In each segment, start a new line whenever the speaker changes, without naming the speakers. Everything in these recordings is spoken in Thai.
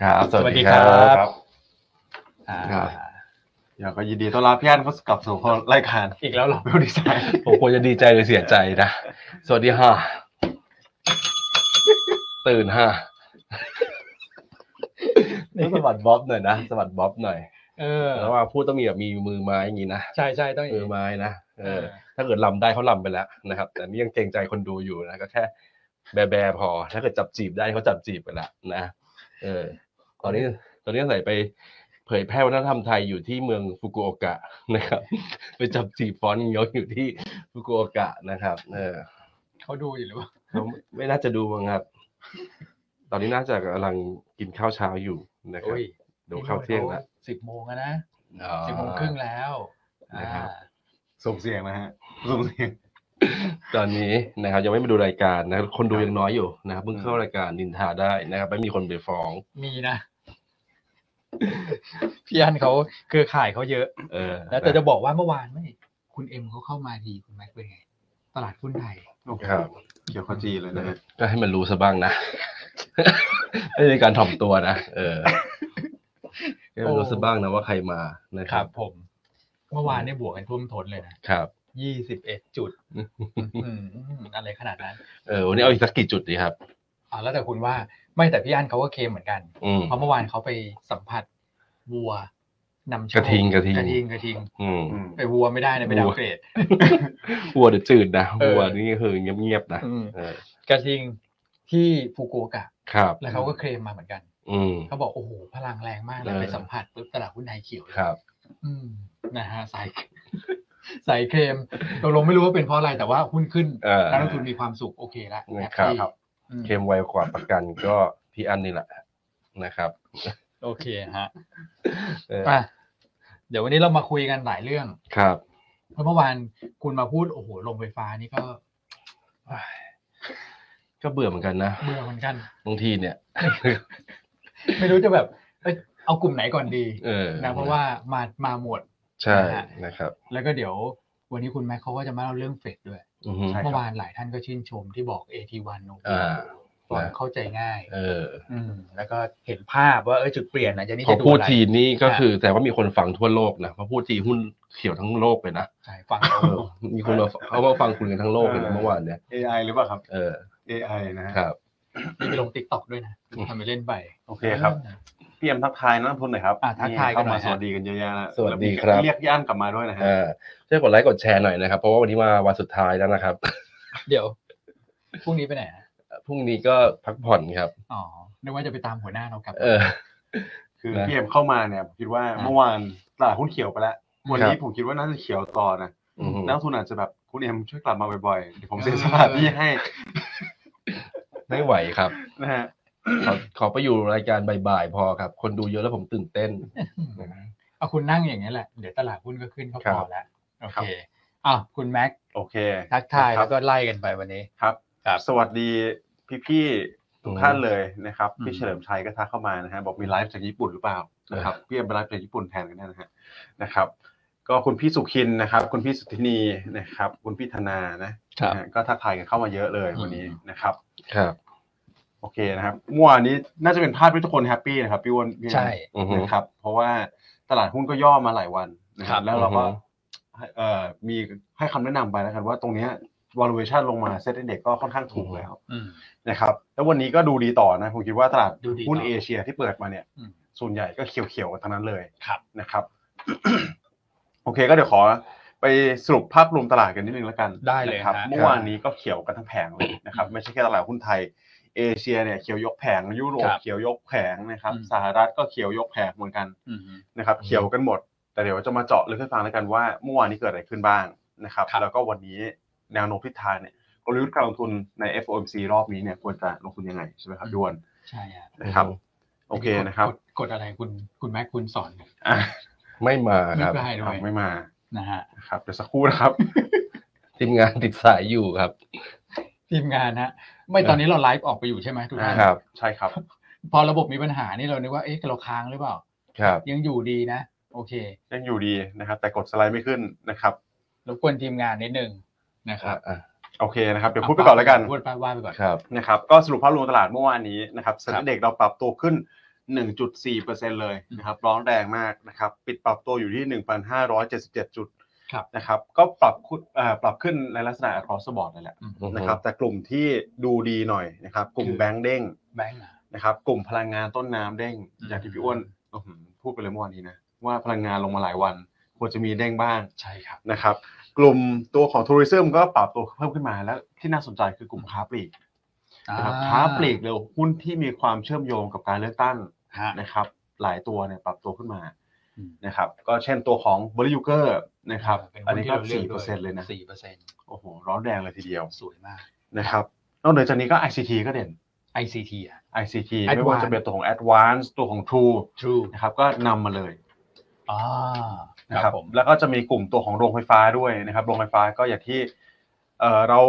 ครับสวัสดีค
สวั
รั
สดีครับ บ
อ่า
ครับ
เดี๋ยวก็ยินดีต้อนรับพี่อันเข้าสู่กลับสู่รายการ
อีกแล้วเหรอ
เบลดีไซน์
ผมควรจะดีใจหรือเสียใจนะ สวัสดีค่ะ ตื่นฮะนี่สะบัดบ๊อบหน่อยนะสะบัดบ๊อบหน่อย
เออ
แล้วว่าพูดต้องมีแบบมีมือไม้อย่างนี้นะ
ใช่ใช่ต้องอย่าง
มือ
นี้
ไม้นะเออ ถ้าเกิดลำได้เขาลำไปแล้วนะครับ แต่นี่ยังเกรงใจคนดูอยู่นะ ก็แค่แบแบๆพอ ถ้าเกิดจับจีบได้เขาจับจีบไปแล้วนะ เออ ตอนนี้ตอนนี้ใส่ไปเผยแพร่วัฒนธรรมไทยอยู่ที่เมืองฟุกุโอกะนะครับ ไปจับจีบฟอนต์ยกอยู่ที่ฟุกุโอกะนะครับ เออ
เขาดูอยู่หรือเปล่า
เขาไม่น่าจะดูมั้งครับ ตอนนี้น่าจะกำลังกินข้าวเช้าอยู่นะครับเดูข้าวเที่ยงแล้ว
สิบโมงแล้วนะ
อ๋อ
สิบโมงครึ่งแล้วอ่า
นะครับ
ส่งเสียงนะฮะส่งเสียง
ตอนนี้นะครับยังไม่มาดูรายการนะครับคนดูยังน้อยอยู่นะครับเพิ่งเข้ารายการนินทาได้นะครับไม่มีคนไปฟ้อง
มีนะ พี่อันเขาเครือข่ายเขาเยอะ
เออ
แล้วแต่จะบอกว่าเมื่อวานไม่คุณเอ็มเขาเข้ามาดีคุณแม็กเป็นไง ตลาดหุ้นไทย
ครับ
เกี่ยวข้าวจีเลยนะฮะ
ก็ให้มันรู้ซะบ้างนะ ไม่ใช่การถ่อมตัวนะเออให้มันรู้ซะบ้างนะว่าใครมานะ
ค
ค
รั
รั
บบ ผม เมื่อวานเนี่ยบวกกันท่วมท้นเลยนะครับ ยี่สิบเอ็ดจุดอืมอะไรขนาดนั้น
เออวันนี้เอาอีกสักกี่จุดดีครับ
อ่าแล้วแต่คุณว่าไม่แต่พี่อันเขาก็เคลมเหมือนกัน
อืม
เพราะเมื่อวานเขาไปสัมผัสวัวนำโชค
กระทิงกระทิง
กระทิงกระทิง
อืม
อืม
ไปวัวไม่ได้นะไปดาวเกรด
วัวเดี๋ยวจืดนะ
เออ
วัวนี่คือเงียบๆนะ
อืม
เออก
ระทิงที่ฟูกุโอกะ
ครับ
แล้วเขาก็เคลมมาเหมือนกัน
อืม
เขาบอกโอ้โหพลังแรงมากเลย
เออ
ไปสัมผัสปุ๊บตลาดหุ้นไทยเขียวเลย
ครับ
อืมนะฮะสาย สายเคลมตกลงไม่รู้ว่าเป็นเพราะอะไรแต่ว่าหุ้นขึ้น
เออ
นักลงทุนมีความสุขโอเคละแฮป
ครับ
ปี้อืม
เข้มไวกว่าประกันก็พี่อันนี่แหละนะครับ
โอเคฮะ
เออ
อ่ะเดี๋ยววันนี้เรามาคุยกันหลายเรื่อง
ครับ
เพราะเมื่อวานคุณมาพูดโอ้โหลงไฟฟ้านี่ก็
ก็เบื่อเหมือนกันนะ
เบื่อเหมือนกัน
บางทีเนี่ย
ไม่รู้จะแบบเอ้ยเอากลุ่มไหนก่อนดี
เออ
นะเพราะว่ามามาหมวด
ใช่
นะฮะ
นะครับ
แล้วก็เดี๋ยว วันนี้คุณแม็กเขาก็จะมาเล่าเรื่องเฟดด้วย
อือฮึ
ใช่ค
เมื่อ
รับ
วานหลายท่านก็ชื่นชมที่บอก AT1 โอ้โห
อ่า
ฟัง
นะ
เข้าใจง่าย
เออ
อืมแล้วก็เห็นภาพว่าเออจุดเปลี่ยนนะจะนี่
พอ
จะดู
พูด
อะไร
ทีนี่ก็คือแต่ว่ามีคนฟังทั่วโลกนะพอพูดทีหุ้นเขียวทั้งโลกเลยนะ
ใช่ฟัง
เออมีคนมาเขามาฟังคุณกันทั้งโลกเลยนะเมื่อวานเนี่ย
AI หรือเปล่าครับ
เออ
AI นะฮะ
ครับ
นี่ไปลงติ๊กต็อกด้วยนะทำไปเล่นไป
โอเคครับ พี่เอ็มทักทายนักลงทุนหน่อยครับ
อ่ะทักทายกั
เข้าน
หน่อ
มา
ย
ส
ฮะ
วัสดีกันเยอะแยะแล้ว
สวัสดีครับ
เรียกย่านกลับมาด้วยนะฮะ
เออช่วยกดไลค์กดแชร์หน่อยนะครับ เพราะว่าวันนี้มาวันสุดท้ายแล้วนะครับ
เดี๋ยวพรุ่งนี้ไปไหนฮะ
พรุ่งนี้ก็พักผ่อนครับ
อ๋อนึกว่าจะไปตามหัวหน้าเรากลับ
เออ
คือ
นะ
พี่เอ็มเข้ามาเนี่ยผมคิดว่า
อ่ะ
เมื่อวานตลาดหุ้นเขียวไปแล้ววันนี้ผมคิดว่าน่าจะเขียวต่อนะ
อือฮึ
นักลงทุนอาจจะแบบคุณเอ็มช่วยกลับมาบ่อยๆเดี๋ยวผมเสียสละที่ให้
ไม่ไหวครับ
นะฮะ
ขอขอไปอยู่รายการบ่ายๆพอครับ คนดูเยอะแล้วผมตื่นเต้น
อืมเอาคุณนั่งอย่างนี้ยแหละ เดี๋ยวตลาดหุ้นก็ขึ้นก็
ครั
พ
บ
อแล้วโอ
ครั
เค
บ
อ่ะคุณแม็ก
โอเค
ทักทาย
ครั
แล้
บ
วก็ไล่กันไปวันนี้
ครับ
ครับ
สวัสดีพี่ๆทุกท่านเลยนะครับ
อืม
พี่เฉลิมชัยก็ทักเข้ามานะฮะบอกมีไลฟ์จากญี่ปุ่นหรือเปล่านะครับพี่เอ็มไปไลฟ์จากญี่ปุ่นแทนกันได้นะฮะนะครับ ก็คุณพี่สุขินนะครับ คุณพี่สุธินีนะครับ คุณพี่ธนานะนะฮะก็ทักทายกันเข้ามาเยอะเลยวันนี้นะครับ
ครับ
โอเคนะครับเมื่อวานนี้น่าจะเป็นภาพที่ทุกคนแฮปปี้นะครับพี่อ้วนพี่แอน
ใช่
อือฮึ
นะครับ เพราะว่าตลาดหุ้นก็ย่อมาหลายวันนะค
ครั
รับบ แล้วเราก็
อือฮึ
ให้เอ่อมีให้คำแนะนำไปแล้วกันว่าตรงเนี้ย valuation ลงมาเซ็ตเด็กก็ค่อนข้างถูกแล้ว
อืม
นะครับแล้ววันนี้ก็ดูดีต่อนะผมคิดว่าตลาด
ดูดีต่อ
หุ้นเอเชียที่เปิดมาเนี่ย
อืม
ส่วนใหญ่ก็เขียวๆกันทั้งนั้นเลย
ครับ
นะครับ โอเคก็เดี๋ยวขอไปสรุปภาพรวมตลาดกันนิดนึงแล้วกัน
ได้เลย
นะครั
ฮะ
เมื่อวานนี้ก็เขียวกันทั้งแผงเลยนะครับ ไม่ใช่แค่ตลาดหุ้นไทย เอเชียเนี่ยเขียวยกแผงยุโรป
ครับ
เขียวยกแผงนะครับ
อืม
สหรัฐก็เขียวยกแผงเหมือนกัน
อืม
นะครับ เขียวกันหมด แต่เดี๋ยวจะมาเจาะลึกให้ฟังแล้วกันว่าเมื่อวานนี้เกิดอะไรขึ้นบ้างนะครับ
ครับ
แล้วก็วันนี้แนวโน้มทิศทางเนี่ย กลยุทธ์การลงทุนใน FOMC รอบนี้เนี่ยควรจะลงทุนยังไงใช่ไหมครับด่วน
ใช่ฮะ
นะครับ โอเคนะครับ
กดกดอะไรคุณคุณแม็กคุณสอนกัน
อ่ะ
ไม่มา
ไม่
ครับ
ได้ด้วย
ไม่มา
นะฮะ
นะครับเดี๋ยวสักครู่นะครับ
ทีมงานติดสายอยู่ครับ
ทีมงานฮะไม่ตอนนี้เราไลฟ์ออกไปอยู่ใช่ไหมทุกท่าน
ครับ
ใช่ครับ
พอระบบมีปัญหานี่เรานึกว่าเอ๊ะเราค้างหรือเปล่า
ครับ
ยังอยู่ดีนะ โอเค
ยังอยู่ดีนะครับ แต่กดสไลด์ไม่ขึ้นนะครับ
รบกวนทีมงานนิดนึงนะครับ
อ่ะ
โอเคนะครับเดี๋ยวพูดไปก่อนแล้วกัน
พูดไปว่าไปก่อน
ครับ
นะครับ ก็สรุปภาพรวมตลาดเมื่อวานนี้นะครับ
ค
ส
รับ
ถิติเด็กเราปรับตัวขึ้น 1.4%เลยนะครับร้อนแรงมากนะครับปิดปรับตัวอยู่ที่ 1,577 จุด
ครับ
นะครับก็ปรับขึ้นเอ่อปรับขึ้นในลักษณะ across the board เลยแหละนะครับแต่กลุ่มที่ดูดีหน่อยนะครับกลุ่ม
คือ
แบงก์เด้ง
แบงก์อะ
นะครับกลุ่มพลังงานต้นน้ำเด้ง
อืม
อย่างที่พี่อ้วนอื้อหือพูดไปเลยเมื่อวานนี้นะว่าพลังงานลงมาหลายวัน ควรจะมีเด้งบ้าง
ใช่ครับ
นะครับกลุ่มตัวของทัวริซึมก็ปรับตัวเพิ่มขึ้นมาแล้วที่น่าสนใจคือกลุ่มค้าปลีกนะครับค้าปลีกเร็วหุ้นที่มีความเชื่อมโยงกับการเลือกตั้ง
ฮะ
นะครับหลายตัวเนี่ยปรับตัวขึ้นมา
อืม
นะครับก็เช่นตัวของบริยูเกอร์นะครับ
เป็น
อั
หุ้น
นนี้
ที่เราเลือ
ก็
กด้ว
สี่เปอร์เซ็นต์เลยนะ
สี่เปอร์เซ็นต์
โอ้โหร้อนแรงเลยทีเดียว
สวยมาก
นะครับนอกเหนือจากนี้ก็ ICT ก็เด่น
ICT อ่ะ
ICT
Advance
ไม่ว่าจะเป็นตัวของ Advance ตัวของ True
True
นะครับก็นำมาเลย
อ่า
นะ
ค
ครั
รั
บบ
ผม
แล้วก็จะมีกลุ่มตัวของโรงไฟฟ้าด้วยนะครับโรงไฟฟ้าก็อย่างที่เอ่อเรา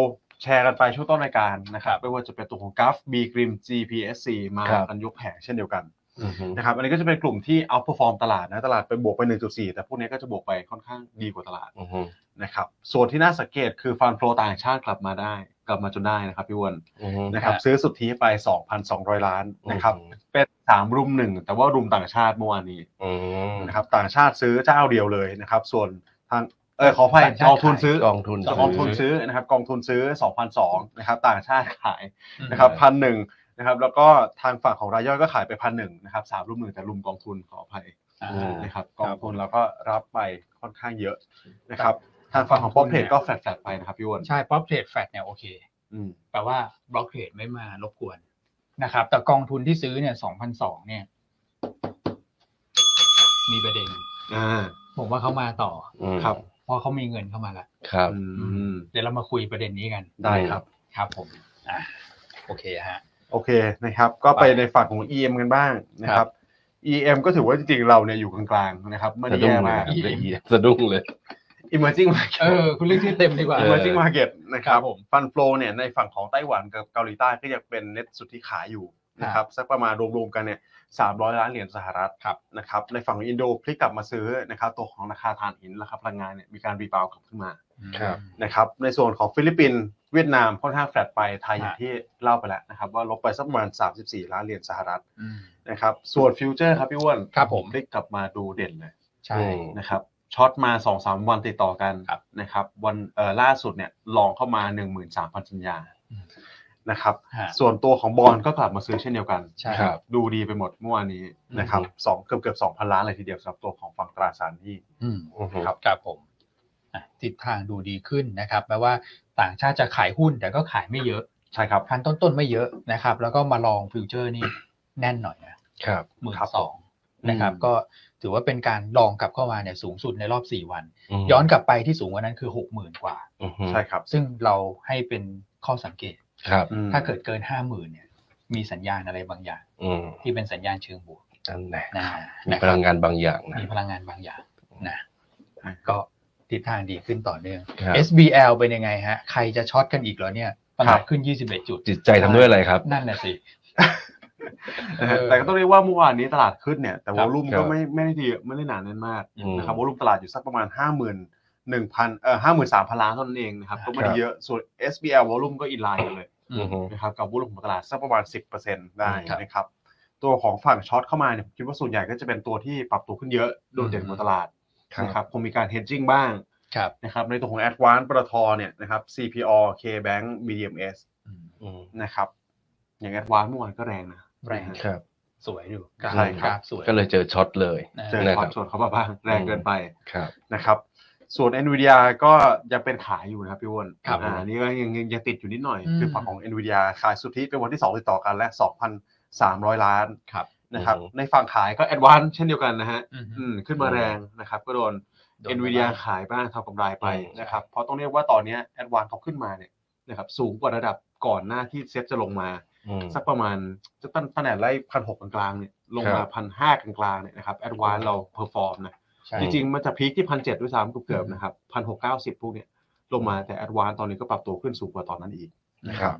แชร์กันไปช่วงต้นรายการนะครับไม่ว่าจะเป็นตัวของ g u f b g r i m GPSC มา
ครับ
กันยกแผงเช่นเดียวกัน
อือฮึ
นะครับอันนี้ก็จะเป็นกลุ่มที่ outperform ตลาดนะตลาดไปบวกไป 1.4 แต่พวกนี้ก็จะบวกไปค่อนข้างดีกว่าตลาด
อือฮึ
นะครับส่วนที่น่าสังเกตคือฟันโฟต่างชาติกลับมาได้ กลับมาจนได้นะครับพี่อ้วน
อือฮึ
นะครับซื้อสุทธิไป 2,200 ล้านนะครับเป็น 3 รุมหนึ่งแต่ว่ารุมต่างชาติเมื่อวานนี้
อืม
นะครับต่างชาติซื้อเจ้าเดียวเลยนะครับส่วนทางเออขออภัยกองทุนซื้อก
องทุน
กองทุนซื้อนะครับกองทุนซื้อ 2,200นะครับต่างชาติขาย
อืม
นะครับพันหนึ่งนะครับแล้วก็ทางฝั่งของรายย่อยก็ขายไปพันหนึ่งนะครับสามรุ่มหนึ่งแต่รุมกองทุนขออภัยนะครับกองทุนเราก็รับไปค่อนข้างเยอะนะครับทางฝั่งของป๊อปเทรดก็แฟลตๆไปนะครับพี่อ้วน
ใช่ป๊อปเทรดแฟดเนี่ยโอเค
อืม
แปลว่าบล็อกเทรดไม่มารบกวนนะครับ แต่กองทุนที่ซื้อเนี่ยสองพันสองเนี่ย มีประเด็น
อ่า
ผมว่าเขามาต่อ
ครับ
เพราะเขามีเงินเข้ามาละ
ครับ
อืม
เดี๋ยวเรามาคุยประเด็นนี้กัน
ได้ครับ
ครับผมอ่ะโอเคฮะ
โอเคนะครับ ก็ไปในฝั่งของ EM กันบ้างนะครับ EM ก็ถือว่าจริงๆเราเนี่ยอยู่กลางๆนะครับไม่
สะ
ได้
ดุ้ง
แย่
เลย
มาก
EM
สะดุ้งเลย
Emerging Market
เออ คุณเรียกชื่อเต็มดีกว่า
เออ
Emerging Market นะครั
ครับ บผม
ฟันโฟเนี่ยในฝั่งของไต้หวันกับเกาหลีใต้ก็ยังเป็นเน็ตสุทธิขายอยู่นะครับสักประมาณรวมๆกันเนี่ยสามร้อยล้านเหรียญสหรัฐ
ครับ
นะครับในฝั่งของอินโดพลิกกลับมาซื้อนะครับตัวของราคาถ่านหินราคาพลังงานเนี่ยมีการรีบาวกลับขึ้นมา
ครับ
นะครับในส่วนของฟิลิปปินส์เวียดนามค่อนข้างแฟลตไปไทยอย่างที่เล่าไปแล้วนะครับว่าลบไปสักประมาณ34 ล้านเหรียญสหรัฐ
อืม
นะครับส่วนฟิวเจอร์ครับพี่อ้วน
ครับผม
พลิกกลับมาดูเด่นเลย
ใช่
นะครับช็อตมาสองสามวันติดต่อกัน
ครับ
นะครับวันเอ่อล่าสุดเนี่ยลองเข้ามาหนึ่งหมื่นสามพันสัญญา
อืม
นะครับ
ฮะ
ส่วนตัวของบอลก็กลับมาซื้อเช่นเดียวกัน
ใช่ครับ
ดูดีไปหมดเมื่อวานนี้
อืม
นะครับสองเกือบเกือบสองพันล้านเลยทีเดียวสำหรับตัวของฝั่งตราสารหนี้
อืม
อือฮึ
ครับ
ครับผมอ่ะทิศทางดูดีขึ้นนะครับแม้ว่าต่างชาติจะขายหุ้นแต่ก็ขายไม่เยอะ
ใช่ครับ
พันต้นต้นๆไม่เยอะนะครับ แล้วก็มาลองฟิวเจอร์นี่แน่นหน่อยนะครับ หมื่น
ครับ
สองนะครับ
อืม
ก็ถือว่าเป็นการลองกลับเข้ามาเนี่ยสูงสุดในรอบ 4 วัน
ม
ย้อนกลับไปที่สูงกว่านั้นคือ 6 0,000 กว่า
อือฮึ
ใช่ครับ
ซึ่งเราให้เป็นข้อสังเกต
ครับ
อืม
ถ้าเกิดเกิน 5 0,000เนี่ยมีสัญญาณอะไรบางอย่าง
อืม
ที่เป็นสัญญาณเชิงบวก
นั่นแหละ
นะ
มี
นะ
พ
ครับ
ลังงานบางอย่างนะ
มีพลังงานบางอย่างนะอ่ะก็ทิศทางดีขึ้นต่อเนื่อง
ครับ
SBL เป็นยังไงฮะ ใครจะช็อตกันอีกเหรอเนี่ยปัญหาขึ้น 21 จุด
จิตใจทำด้วยอะไรครับ
นั่นแหละสิ
นะฮะแต่ก็ต้องเรียกว่าเมื่อวานนี้ตลาดขึ้นเนี่ยแต่วอลุ่ม
ครั
ก็
บ
ไม่ไม่ได้ดีไม่ได้หนาแน่นมาก
อืม
นะครับวอลุ่มตลาดอยู่สักประมาณห้าหมื่นหนึ่งพันเอ่อห้าหมื่นสามพันล้านเท่านั้นเองนะครับก็ไม่ได้เยอะส่วน SBL วอลุ่มก็อินไลน์กันเลย
อืม
อือฮึ
นะครับกับวุ้นของตลาดสักประมาณ 10%ได้
ครับ
นะครับตัวของฝั่งช็อตเข้ามาเนี่ยผมคิดว่าส่วนใหญ่ก็จะเป็นตัวที่ปรับตัวขึ้นเยอะโดดเด่น
อืม
กว่าตลาด
ครับ
นะครับคงมีการ hedging บ้าง
ครับ
นะครับในตัวของ a d v a n c e ปตทเนี่ยนะครับ CPO KBank BDMs
อืม
นะครับอย่าง a d v a n c e เมื่อวานก็แรงนะ
แรง
ครับ
สวยอยู่กราฟ
ใช่ครับ
กราฟสวย
ก็เลยเจอช็อตเลย
นะ
เจอ
นะค
ค
รับ
วามสดเขามาบ้างแรงเกินไป
ครับ
นะครับส่วน NVIDIA ก็ยังเป็นขายอยู่นะครับพี่อ้วน
ครับ
อ่านี่ก็ยังยังยังติดอยู่นิดหน่อย
อืม
คือฝั่งของ NVIDIA ขายสุทธิเป็นวันที่ 2 ติดต่อกันและ 2,300 ล้าน
ครับ
นะครับ
อือฮึ
ในฝั่งขายก็แอดวานซ์เช่นเดียวกันนะฮะ
อืม
อืมขึ้นมาแรงนะครับก็โดน
โด
เอ็น
มา
วีดี
บ้าง
ขายบ้างทำกำไรไปนะครับเพราะต้องเรียกว่าตอนเนี้แอดวานเขาขึ้นมาเนี่ยนะครับสูงกว่าระดับก่อนหน้าที่เซ็ตจะลงมา
อืม
สักประมาณจะตั้งตั้งแต่ไล่พันหกกลางๆเนี่ยลงมา
ครับ
พันห้ากลางๆเนี่ยนะครับแอดวานเราเพอร์ฟอร์มนะ
ใช่
จริงๆมันจะพีคที่พันเจ็ดด้วยซ้ำเกือ
อื
บๆ
ม
นะครับพันหกเก้าสิบพวกเนี่ยลงมาแต่แอดวานตอนนี้ก็ปรับตัวขึ้นสูงกว่าตอนนั้นอีก
นะครับ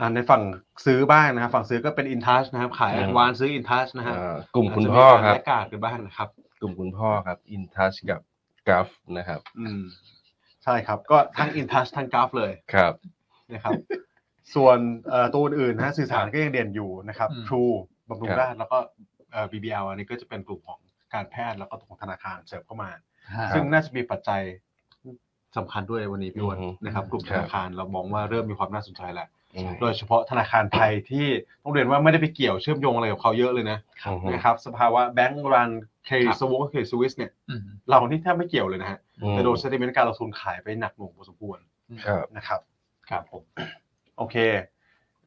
อ่าในฝั่งซื้อบ้างนะครับฝั่งซื้อก็เป็นอินทัชนะครับขาย
อืม
แอดวานซื้ออินทัชนะฮะ
อ่ากลุ่มคุณพ่อครับ
และกาดกันบ้างนะครับ
กลุ่มคุณพ่อครับ อินทัชกับกราฟนะครับ
อืม ใช่ครับ ก็ทั้งอินทัชทั้งกราฟเลย
ครับ
นะครับ ส่วนเอ่อตัวอื่นๆนะสื่อสารก็ยังเด่นอยู่นะครับ
อืม
True บำรุงราษฎร์แล้วก็เอ่อ BBL อันนี้ก็จะเป็นกลุ่มของการแพทย์แล้วก็ของธนาคารเสริมเข้ามา ซึ่งน่าจะมีปัจจัยสำคัญด้วยวันนี้พี่อ้วน
อือฮึ
นะครับ กลุ่ม
ครับ
ธนาคารเรามองว่าเริ่มมีความน่าสนใจแล้ว
อืม
โดยเฉพาะธนาคารไทยที่ต้องเรียนว่าไม่ได้ไปเกี่ยวเชื่อมโยงอะไรกับเขาเยอะเลยนะ
อืม
นะครับสภาวะแบงก์รันเค
ครับ
สวงเคสวิสเนี่ย
อืม
เรานี่แทบไม่เกี่ยวเลยนะฮะ
อืม
แต่โดนเซติเมนต์การลงทุนขายไปหนักหน่วงพอสมควร
ครับ
นะครับ
ครับผม
โอเค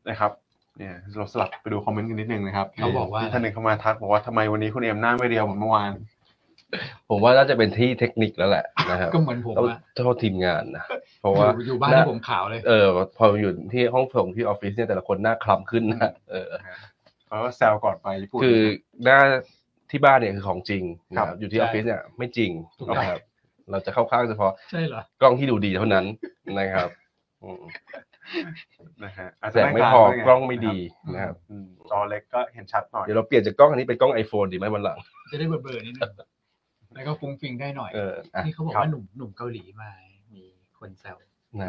นะครับเนี่ยเราสลับไปดูคอมเมนต์กันนิดนึงนะครับ
เขาบอกว่า
ท่านหนึ่งเข้ามาทักบอกว่าทำไมวันนี้คุณเอ็มหน้าไม่เรียวเหมือนเมื่อวาน
ผมว่าน่าจะเป็นที่เทคนิคแล้วแหละนะครับ
ก็เหมือนผม
ต้อง
อะ
โทษทีมงานนะเพราะ
อ
ว่า
ยู่อยู่บ้านที่ผมขาวเลย
เออพออยู่ที่ห้องส่งที่ออฟฟิศเนี่ยแต่ละคนหน้าคล้ำขึ้นนะเออ
เขาก็แซวก่อนไปญี่ปุ่น
คือหน้าที่บ้านเนี่ยคือของจริงนะค
ครั
รับบ อยู่ที่ออฟฟิศเนี่ยไม่จริง
ถูกต้อง
นะครับ เราจะเข้าข้างเฉพาะ
ใช่เหรอ
กล้องที่ดูดีเท่านั้นนะครับอืม
นะฮะอาจ
แส
จะ
งไม่พอ
ด้าน
กล้องไม่ดีนะครับ
อืมจอเล็กก็เห็นชัดหน่อย
เดี๋ยวเราเปลี่ยนจากกล้องอันนี้เป็นกล้อง iPhone ดีไหมวันหลัง
จะได้เบลอๆนิดนึงแล้วก็ฟุ้งฟิงได้หน่อย
เอออ่ะ
นี่เขาบอกว่าหนุ่มหนุ่มเกาหลีมา มีคนแซว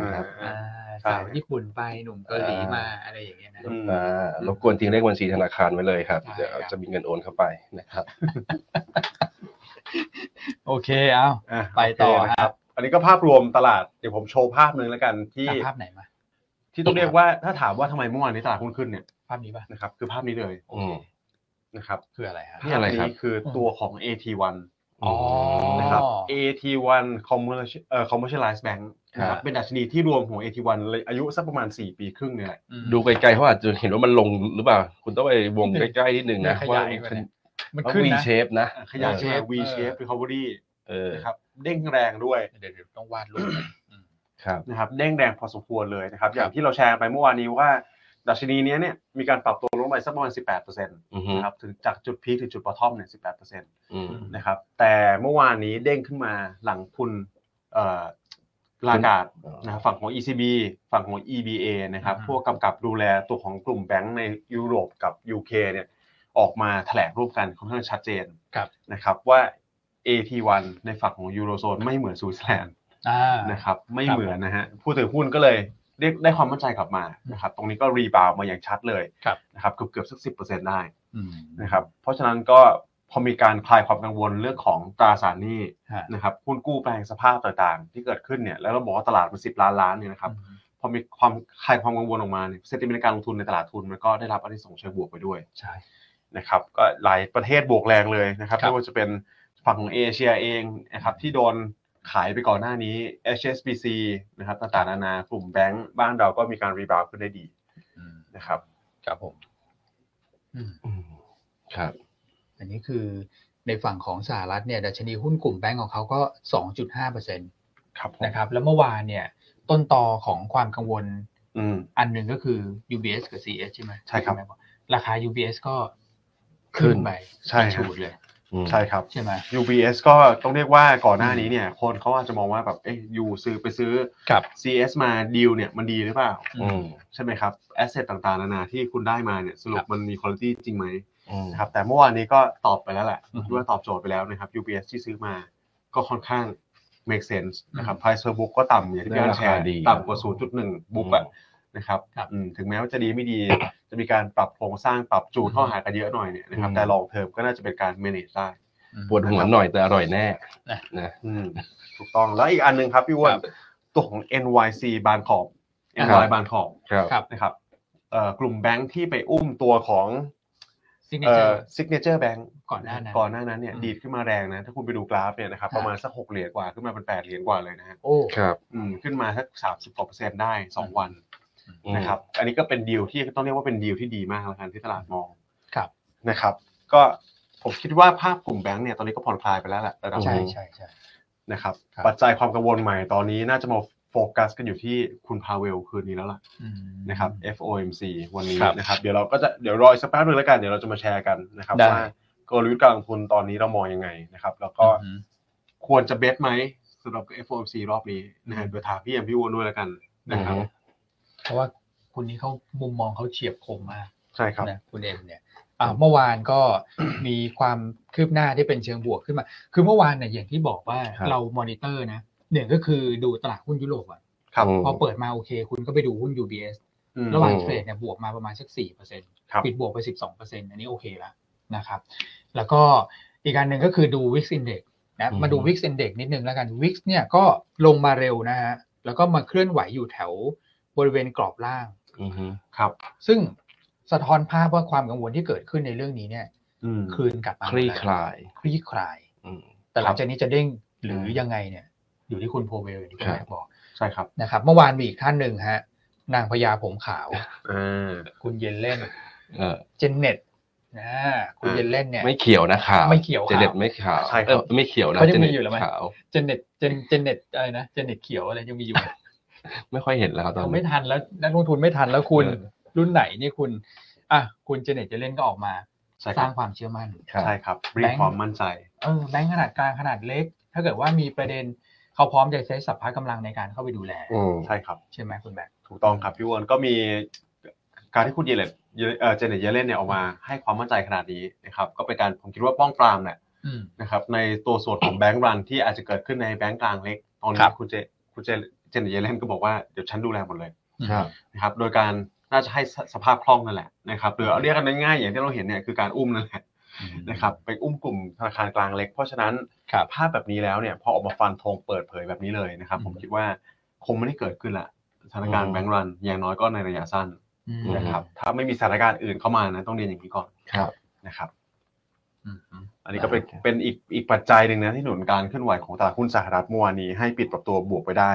นะครับ
อ่
อ่า
า
ใช่
สาวญี่ปุ่นไปหนุ่มเกาหลีมาอะไรอย่างเงี้ยนะ
อืม
อ่ารบกวนทิ้งเลขบัญชีธนาคารไว้เลยครับ
ได้
เดี๋ยว
ครับ
จะมีเงินโอนเข้าไปนะครับ
โอเคเอา
อ่ะ
ไปต่อ
โเคนะ
ค
ค
รั
รั
บบ
อันนี้ก็ภาพรวมตลาด เดี๋ยวผมโชว์ภาพหนึ่งแล้วกันที่
อ่ะภาพไหนมา
ที่ต้องเรียกว่าถ้าถามว่าทำไมเมื่อวานนี้ตลาดหุ้นขึ้นเนี่ย
ภาพนี้ป่ะ
นะครับคือภาพนี้เลย
อืม
นะครับ
คืออะไรฮะ
นี่อะไรครับ
ภาพนี้คือตัวของ AT1
อ๋อ
นะ
นะ
ค
ค
รั
รับ บ
AT1 Commercial เอ่อ Commercialized Bank นะครับ
ครับ
เป็นดัชนีที่รวมของ AT1 เลยอายุสักประมาณ 4 ปีครึ่งเนี่ยแหละ
อืม
ดูไกลๆเขาอาจจะเห็นว่ามันลงหรือเปล่า คุณต้องไปวงใกล้ๆนิดนึงนะว่าย
ขายไปเนี่ย มัน
ว่า
ขึ้น
วี
นะ
เชฟนะ
อ่ะขยายใช่ไหม
V-shape
V shape recovery
เออ
นะครับเด้งแรงด้วย
เดี๋ยวเดี๋ยวต้องวาดรูปนะอืม
ครับ
นะครับเด้งแดงพอสมควรเลยนะครับ
ครับ
อย่างที่เราแชร์ไปเมื่อวานนี้ว่า ดัชนีเนี้ยเนี่ยมีการปรับตัวลงไปสักประมาณ 18%
อือฮึ
นะครับถึงจากจุดพีคถึงจุดปอทอมเนี่ย 18%น
อืม
ะครับแต่เมื่อวานนี้เด้งขึ้นมาหลังคุณเอ่อลากาด
อ๋อ
นะครับฝั่งของ ECB ฝั่งของ EBA นะครับ
อือฮึ
พวกกำกับดูแลตัวของกลุ่มแบงก์ในยุโรปกับ UK เนี่ยออกมาแถลงร่วมกันค่อนข้างชัดเจน
ครับ
นะครับว่า AT1 ในฝั่งของยูโรโซนไม่เหมือนสวิตเซอร์แลนด์
อ่า
นะครับไม่
ครับ
เหมือนนะฮะผู้ถือหุ้นก็เลยเรียกได้ความมั่นใจกลับมานะครับตรงนี้ก็รีบาวมาอย่างชัดเลย
ครับ
นะครับเกือบเกือบๆสักสิได้
อืม
นะครับเพราะฉะนั้นก็พอมีการคลายความกังวลเรื่องของตราสารหนี้
ฮะ
นะครับหุ้นกู้แปลงสภาพต่างๆ ที่เกิดขึ้นเนี่ยแล้วเราบอกว่าตลาดมันสิบล้านล้านเนี่ยนะครับ
อืม
พอมีความคลายความกังวลออกมาเนี่ยเซติมนการลงทุนในตลาดทุนมันก็ได้รับอันที่ส่งส์เชิงบวกไปด้วย
ใช่
นะครับก็หลายประเทศบวกแรงเลยนะครับ
ครับ
ไม่ว่าจะเป็นฝั่งของเอเชียเองนะครับที่โดนขายไปก่อนหน้านี้ HSBC นะครับต่างๆนานากลุ่มแบงก์บ้านเราก็มีการรีบาวด์ขึ้นได้ดี
ืม
นะครับ
ครับผมอืม
อืมครับ
อันนี้คือในฝั่งของสหรัฐเนี่ยดัชนีหุ้นกลุ่มแบงก์ของเขาก็ 2.5เปอร์เซ็นต
ครับผม
นะครับแล้วเมื่อวานเนี่ยต้นตอของความกังวล
อืม
อันหนึ่งก็คือ UBS กับ CS ใช่ไหม
ใช่ครับ
ราคา UBS ก็
ขึ้น
ขึ้นไป
ใช่ครับ
ชูดเลย
อืม
ใช่ครับ
ใช่ไหม
UBS ก็ต้องเรียกว่าก่อนหน้านี้เนี่ยคนเขาอาจจะมองว่าแบบเอ้ยยูซื้อไปซื้อ
ครับ
CS มาดีลเนี่ยมันดีหรือเปล่า
อืม
ใช่ไหมครับแอสเซทต่างๆนานาที่คุณได้มาเนี่ยสรุปมันมีคุณภาพจริงไหม
อืม
นะครับแต่เมื่อวานนี้ก็ตอบไปแล้วแหละ
อือฮึ
คิดว่าตอบโจทย์ไปแล้วนะครับ UBS ที่ซื้อมาก็ค่อนข้าง make sense นะครับ
อืม
price per book ก็ต่ำอย่างที่
ได้
พี่อ้อน
รา
แช
คา
ร์
ดี
ต่ำกว่า 0.1 บุ๊กอะนะครับ
ครับ
อืมถึงแม้ว่าจะดีไม่ดี จะมีการปรับโครงสร้างปรับจูนเข้าหากันเยอะหน่อยเนี่ยนะครับ แต่ลองเทอมก็น่าจะเป็นการ manage ได้
ปวดหัวหน่อยแต่อร่อยแน่
นะ
นะ
อืมถูกต้องแล้วอีกอันหนึงครับพี่อ้วน
ครับ
ตัวของ NYC บานขอบ
ครับ
NY บานขอบ
ครับ
ครับ
นะครับเอ่อกลุ่มแบงค์ที่ไปอุ้มตัวของ
ซิงเกิ
เอ่
ล
อ signature bank
ก่อนหน้านั้น
ก่อนหน้านั้นเนี่ย
อืม
ดีดขึ้นมาแรงนะ ถ้าคุณไปดูกราฟเนี่ยนะครับ
ครับ
ประมาณสักหกเหรียญกว่าขึ้นมาเป็นแปดเหรียญกว่าเลยนะฮะ
โอ้
ครับ
อืมขึ้นมาสักสามสิบกว่าเปอร์เซ็นต์ได้สองวัน
อืม
นะครับอันนี้ก็เป็นดีลที่ต้องเรียกว่าเป็นดีลที่ดีมากแล้วกันที่ตลาดมอง
ครับ
นะครับก็ผมคิดว่าภาพกลุ่มแบงค์เนี่ยตอนนี้ก็ผ่อนคลายไปแล้วแหละระดับห
ใช่
นึ่ง
ใช่ใช่
นะครับ
ครับ
ปัจจัยความกังวลใหม่ตอนนี้น่าจะมาโฟกัสกันอยู่ที่คุณพาเวลคืนนี้แล้วล่ะ
อืม
นะครับ FOMC วันนี้
ครับ
นะครับ เดี๋ยวเราก็จะเดี๋ยวรออีกสักแป๊บหนึงแล้วกัน เดี๋ยวเราจะมาแชร์กันนะครับ
ได้
ว่ากลยุทธ์การลงทุนตอนนี้เรามองยังไงนะครับ แล้วก็
อืม
ควรจะเบสไหมสำหรับ FOMC รอบนี้นะฮะ
อืม
เดี๋ยวถามพี่เอ็มพี่อ้วนด้วยแล้วกันนะครับ
อืม
เพราะว่าคุณนี้เขามุมมองเขาเฉียบคมมาก
ใช่ครับ
นะคุณเอ็มเนี่ยอ่าเมื่อวานก็ มีความคืบหน้าที่เป็นเชิงบวกขึ้นมา คือเมื่อวานเนี่ยอย่างที่บอกว่า
ครับ
เรามอนิเตอร์นะหนึ่งก็คือดูตลาดหุ้นยุโรปอ่ะ
ครับ
พอเปิดมาโอเค คุณก็ไปดูหุ้น UBS
อืม
ระหว่างเทรดเนี่ยบวกมาประมาณสักสี่เปอร์เซ็นต์
ครับ
ปิดบวกไปสิบสองเปอร์เซ็นต์อันนี้โอเคแล้วนะครับ แล้วก็อีกการหนึ่งก็คือดู Wix Index นะ
อืม
มาดู Wix Index นิดนึงแล้วกัน Wix เนี่ยก็ลงมาเร็วนะฮะแล้วก็มาเคลื่อนไหวอยู่แถวบริเวณกรอบล่าง
อือฮึ
ครับ
ซึ่งสะท้อนภาพว่าความกังวลที่เกิดขึ้นในเรื่องนี้เนี่ย
อืม
คืนกลับมา
คลี่คลาย
คลี่คลาย
อืม
แต่หลั
ครั
ง
บ
จากนี้จะเด้งหรือ
ครับ
ยังไงเนี่ย อยู่ที่คุณโพเวลอย่างที่คุณ
ครับ
แม่บอก
ใช่ครับ
นะครับ เมื่อวานมีอีกท่านหนึ่งฮะ นางพญาผมขาว
อ่า
คุณเยนเล่น
เออ
เจนเน็ตนะคุณเยนเล่นเนี่ย
ไม่เขียวนะขาว
ไม่เขียวขาว
เจเน็ตไม่ขาว
ใช่ครับ
เออไม่เขียวนะ
เขายัง
เจ
มี
เน็ต
อยู่หรือไม่
ขาว
เจนเน็ตเจนเจนเน็ตอะไรนะเจนเน็ตเขียวอะไรยังมีอยู่ไหม
ไม่ค่อยเห็นแล้วครับตอน
เขา
นี้
ไม่ทันแล้วนักลงทุนไม่ทันแล้วคุณ
เออ
รุ่นไหนนี่คุณอ่ะคุณเจนเน็ตเจนเล่นก็ออกมา
ใช่
ส
ครั
ร้า
บ
งความเชื่อมั่น
ใช่ครับรีบความมั่นใจ
เออแบงค์ขนาดกลางขนาดเล็ก ถ้าเกิดว่ามีประเด็นเขาพร้อมจะใช้สัพพะกำลังในการเข้าไปดูแล
อืม
ใช่ครับ
ใช่ไหมคุณแบงค์
ถูกต้องครับพี่วอนก็มีการที่คุณเยเลตเอ่อเจเน็ตเยเลนเนี่ยออกมาให้ความมั่นใจขนาดนี้นะครับก็เป็นการผมคิดว่าป้องปรามเนี่ย
อืม
นะครับในตัวส่วนของแบงก์รันที่อาจจะเกิดขึ้นในแบงก์กลางเล็ก ตอน
ครับ
นี้คุณเจคุณเจเจเน็ตเยเลนก็บอกว่าเดี๋ยวฉันดูแลหมดเลย
ครับ
นะครับโดยการน่าจะให้สสภาพคล่องนั่นแหละนะครับหรือเอาเรียกกันง่ายๆอย่างที่เราเห็นเนี่ยคือการอุ้มนั่นแหละ
อืม
นะครับไปอุ้มกลุ่มธนาคารกลางเล็ก เพราะฉะนั้น
ครับ
ภาพแบบนี้แล้วเนี่ยพอออกมาฟันธงเปิดเผยแบบนี้เลยนะครับผม
อืม
คิดว่าคงไม่ได้เกิดขึ้นละสถานการ
อืม
ณ์แบงก์รันอย่างน้อยก็ในระยะสั้น
อืม
นะครับถ้าไม่มีสถานการณ์อื่นเข้ามานะต้องเรียนอย่างนี้ก่อน
ครับ
นะครับ
อืมอืม
อันนี้ก็เป็น
โอเค
เป็นอีกอีกปัจจัยหนึ่งนะที่หนุนการเคลื่อนไหวของตลาดหุ้นสหรัฐเมื่อวานนี้ให้ปิดปรับตัวบวกไปได้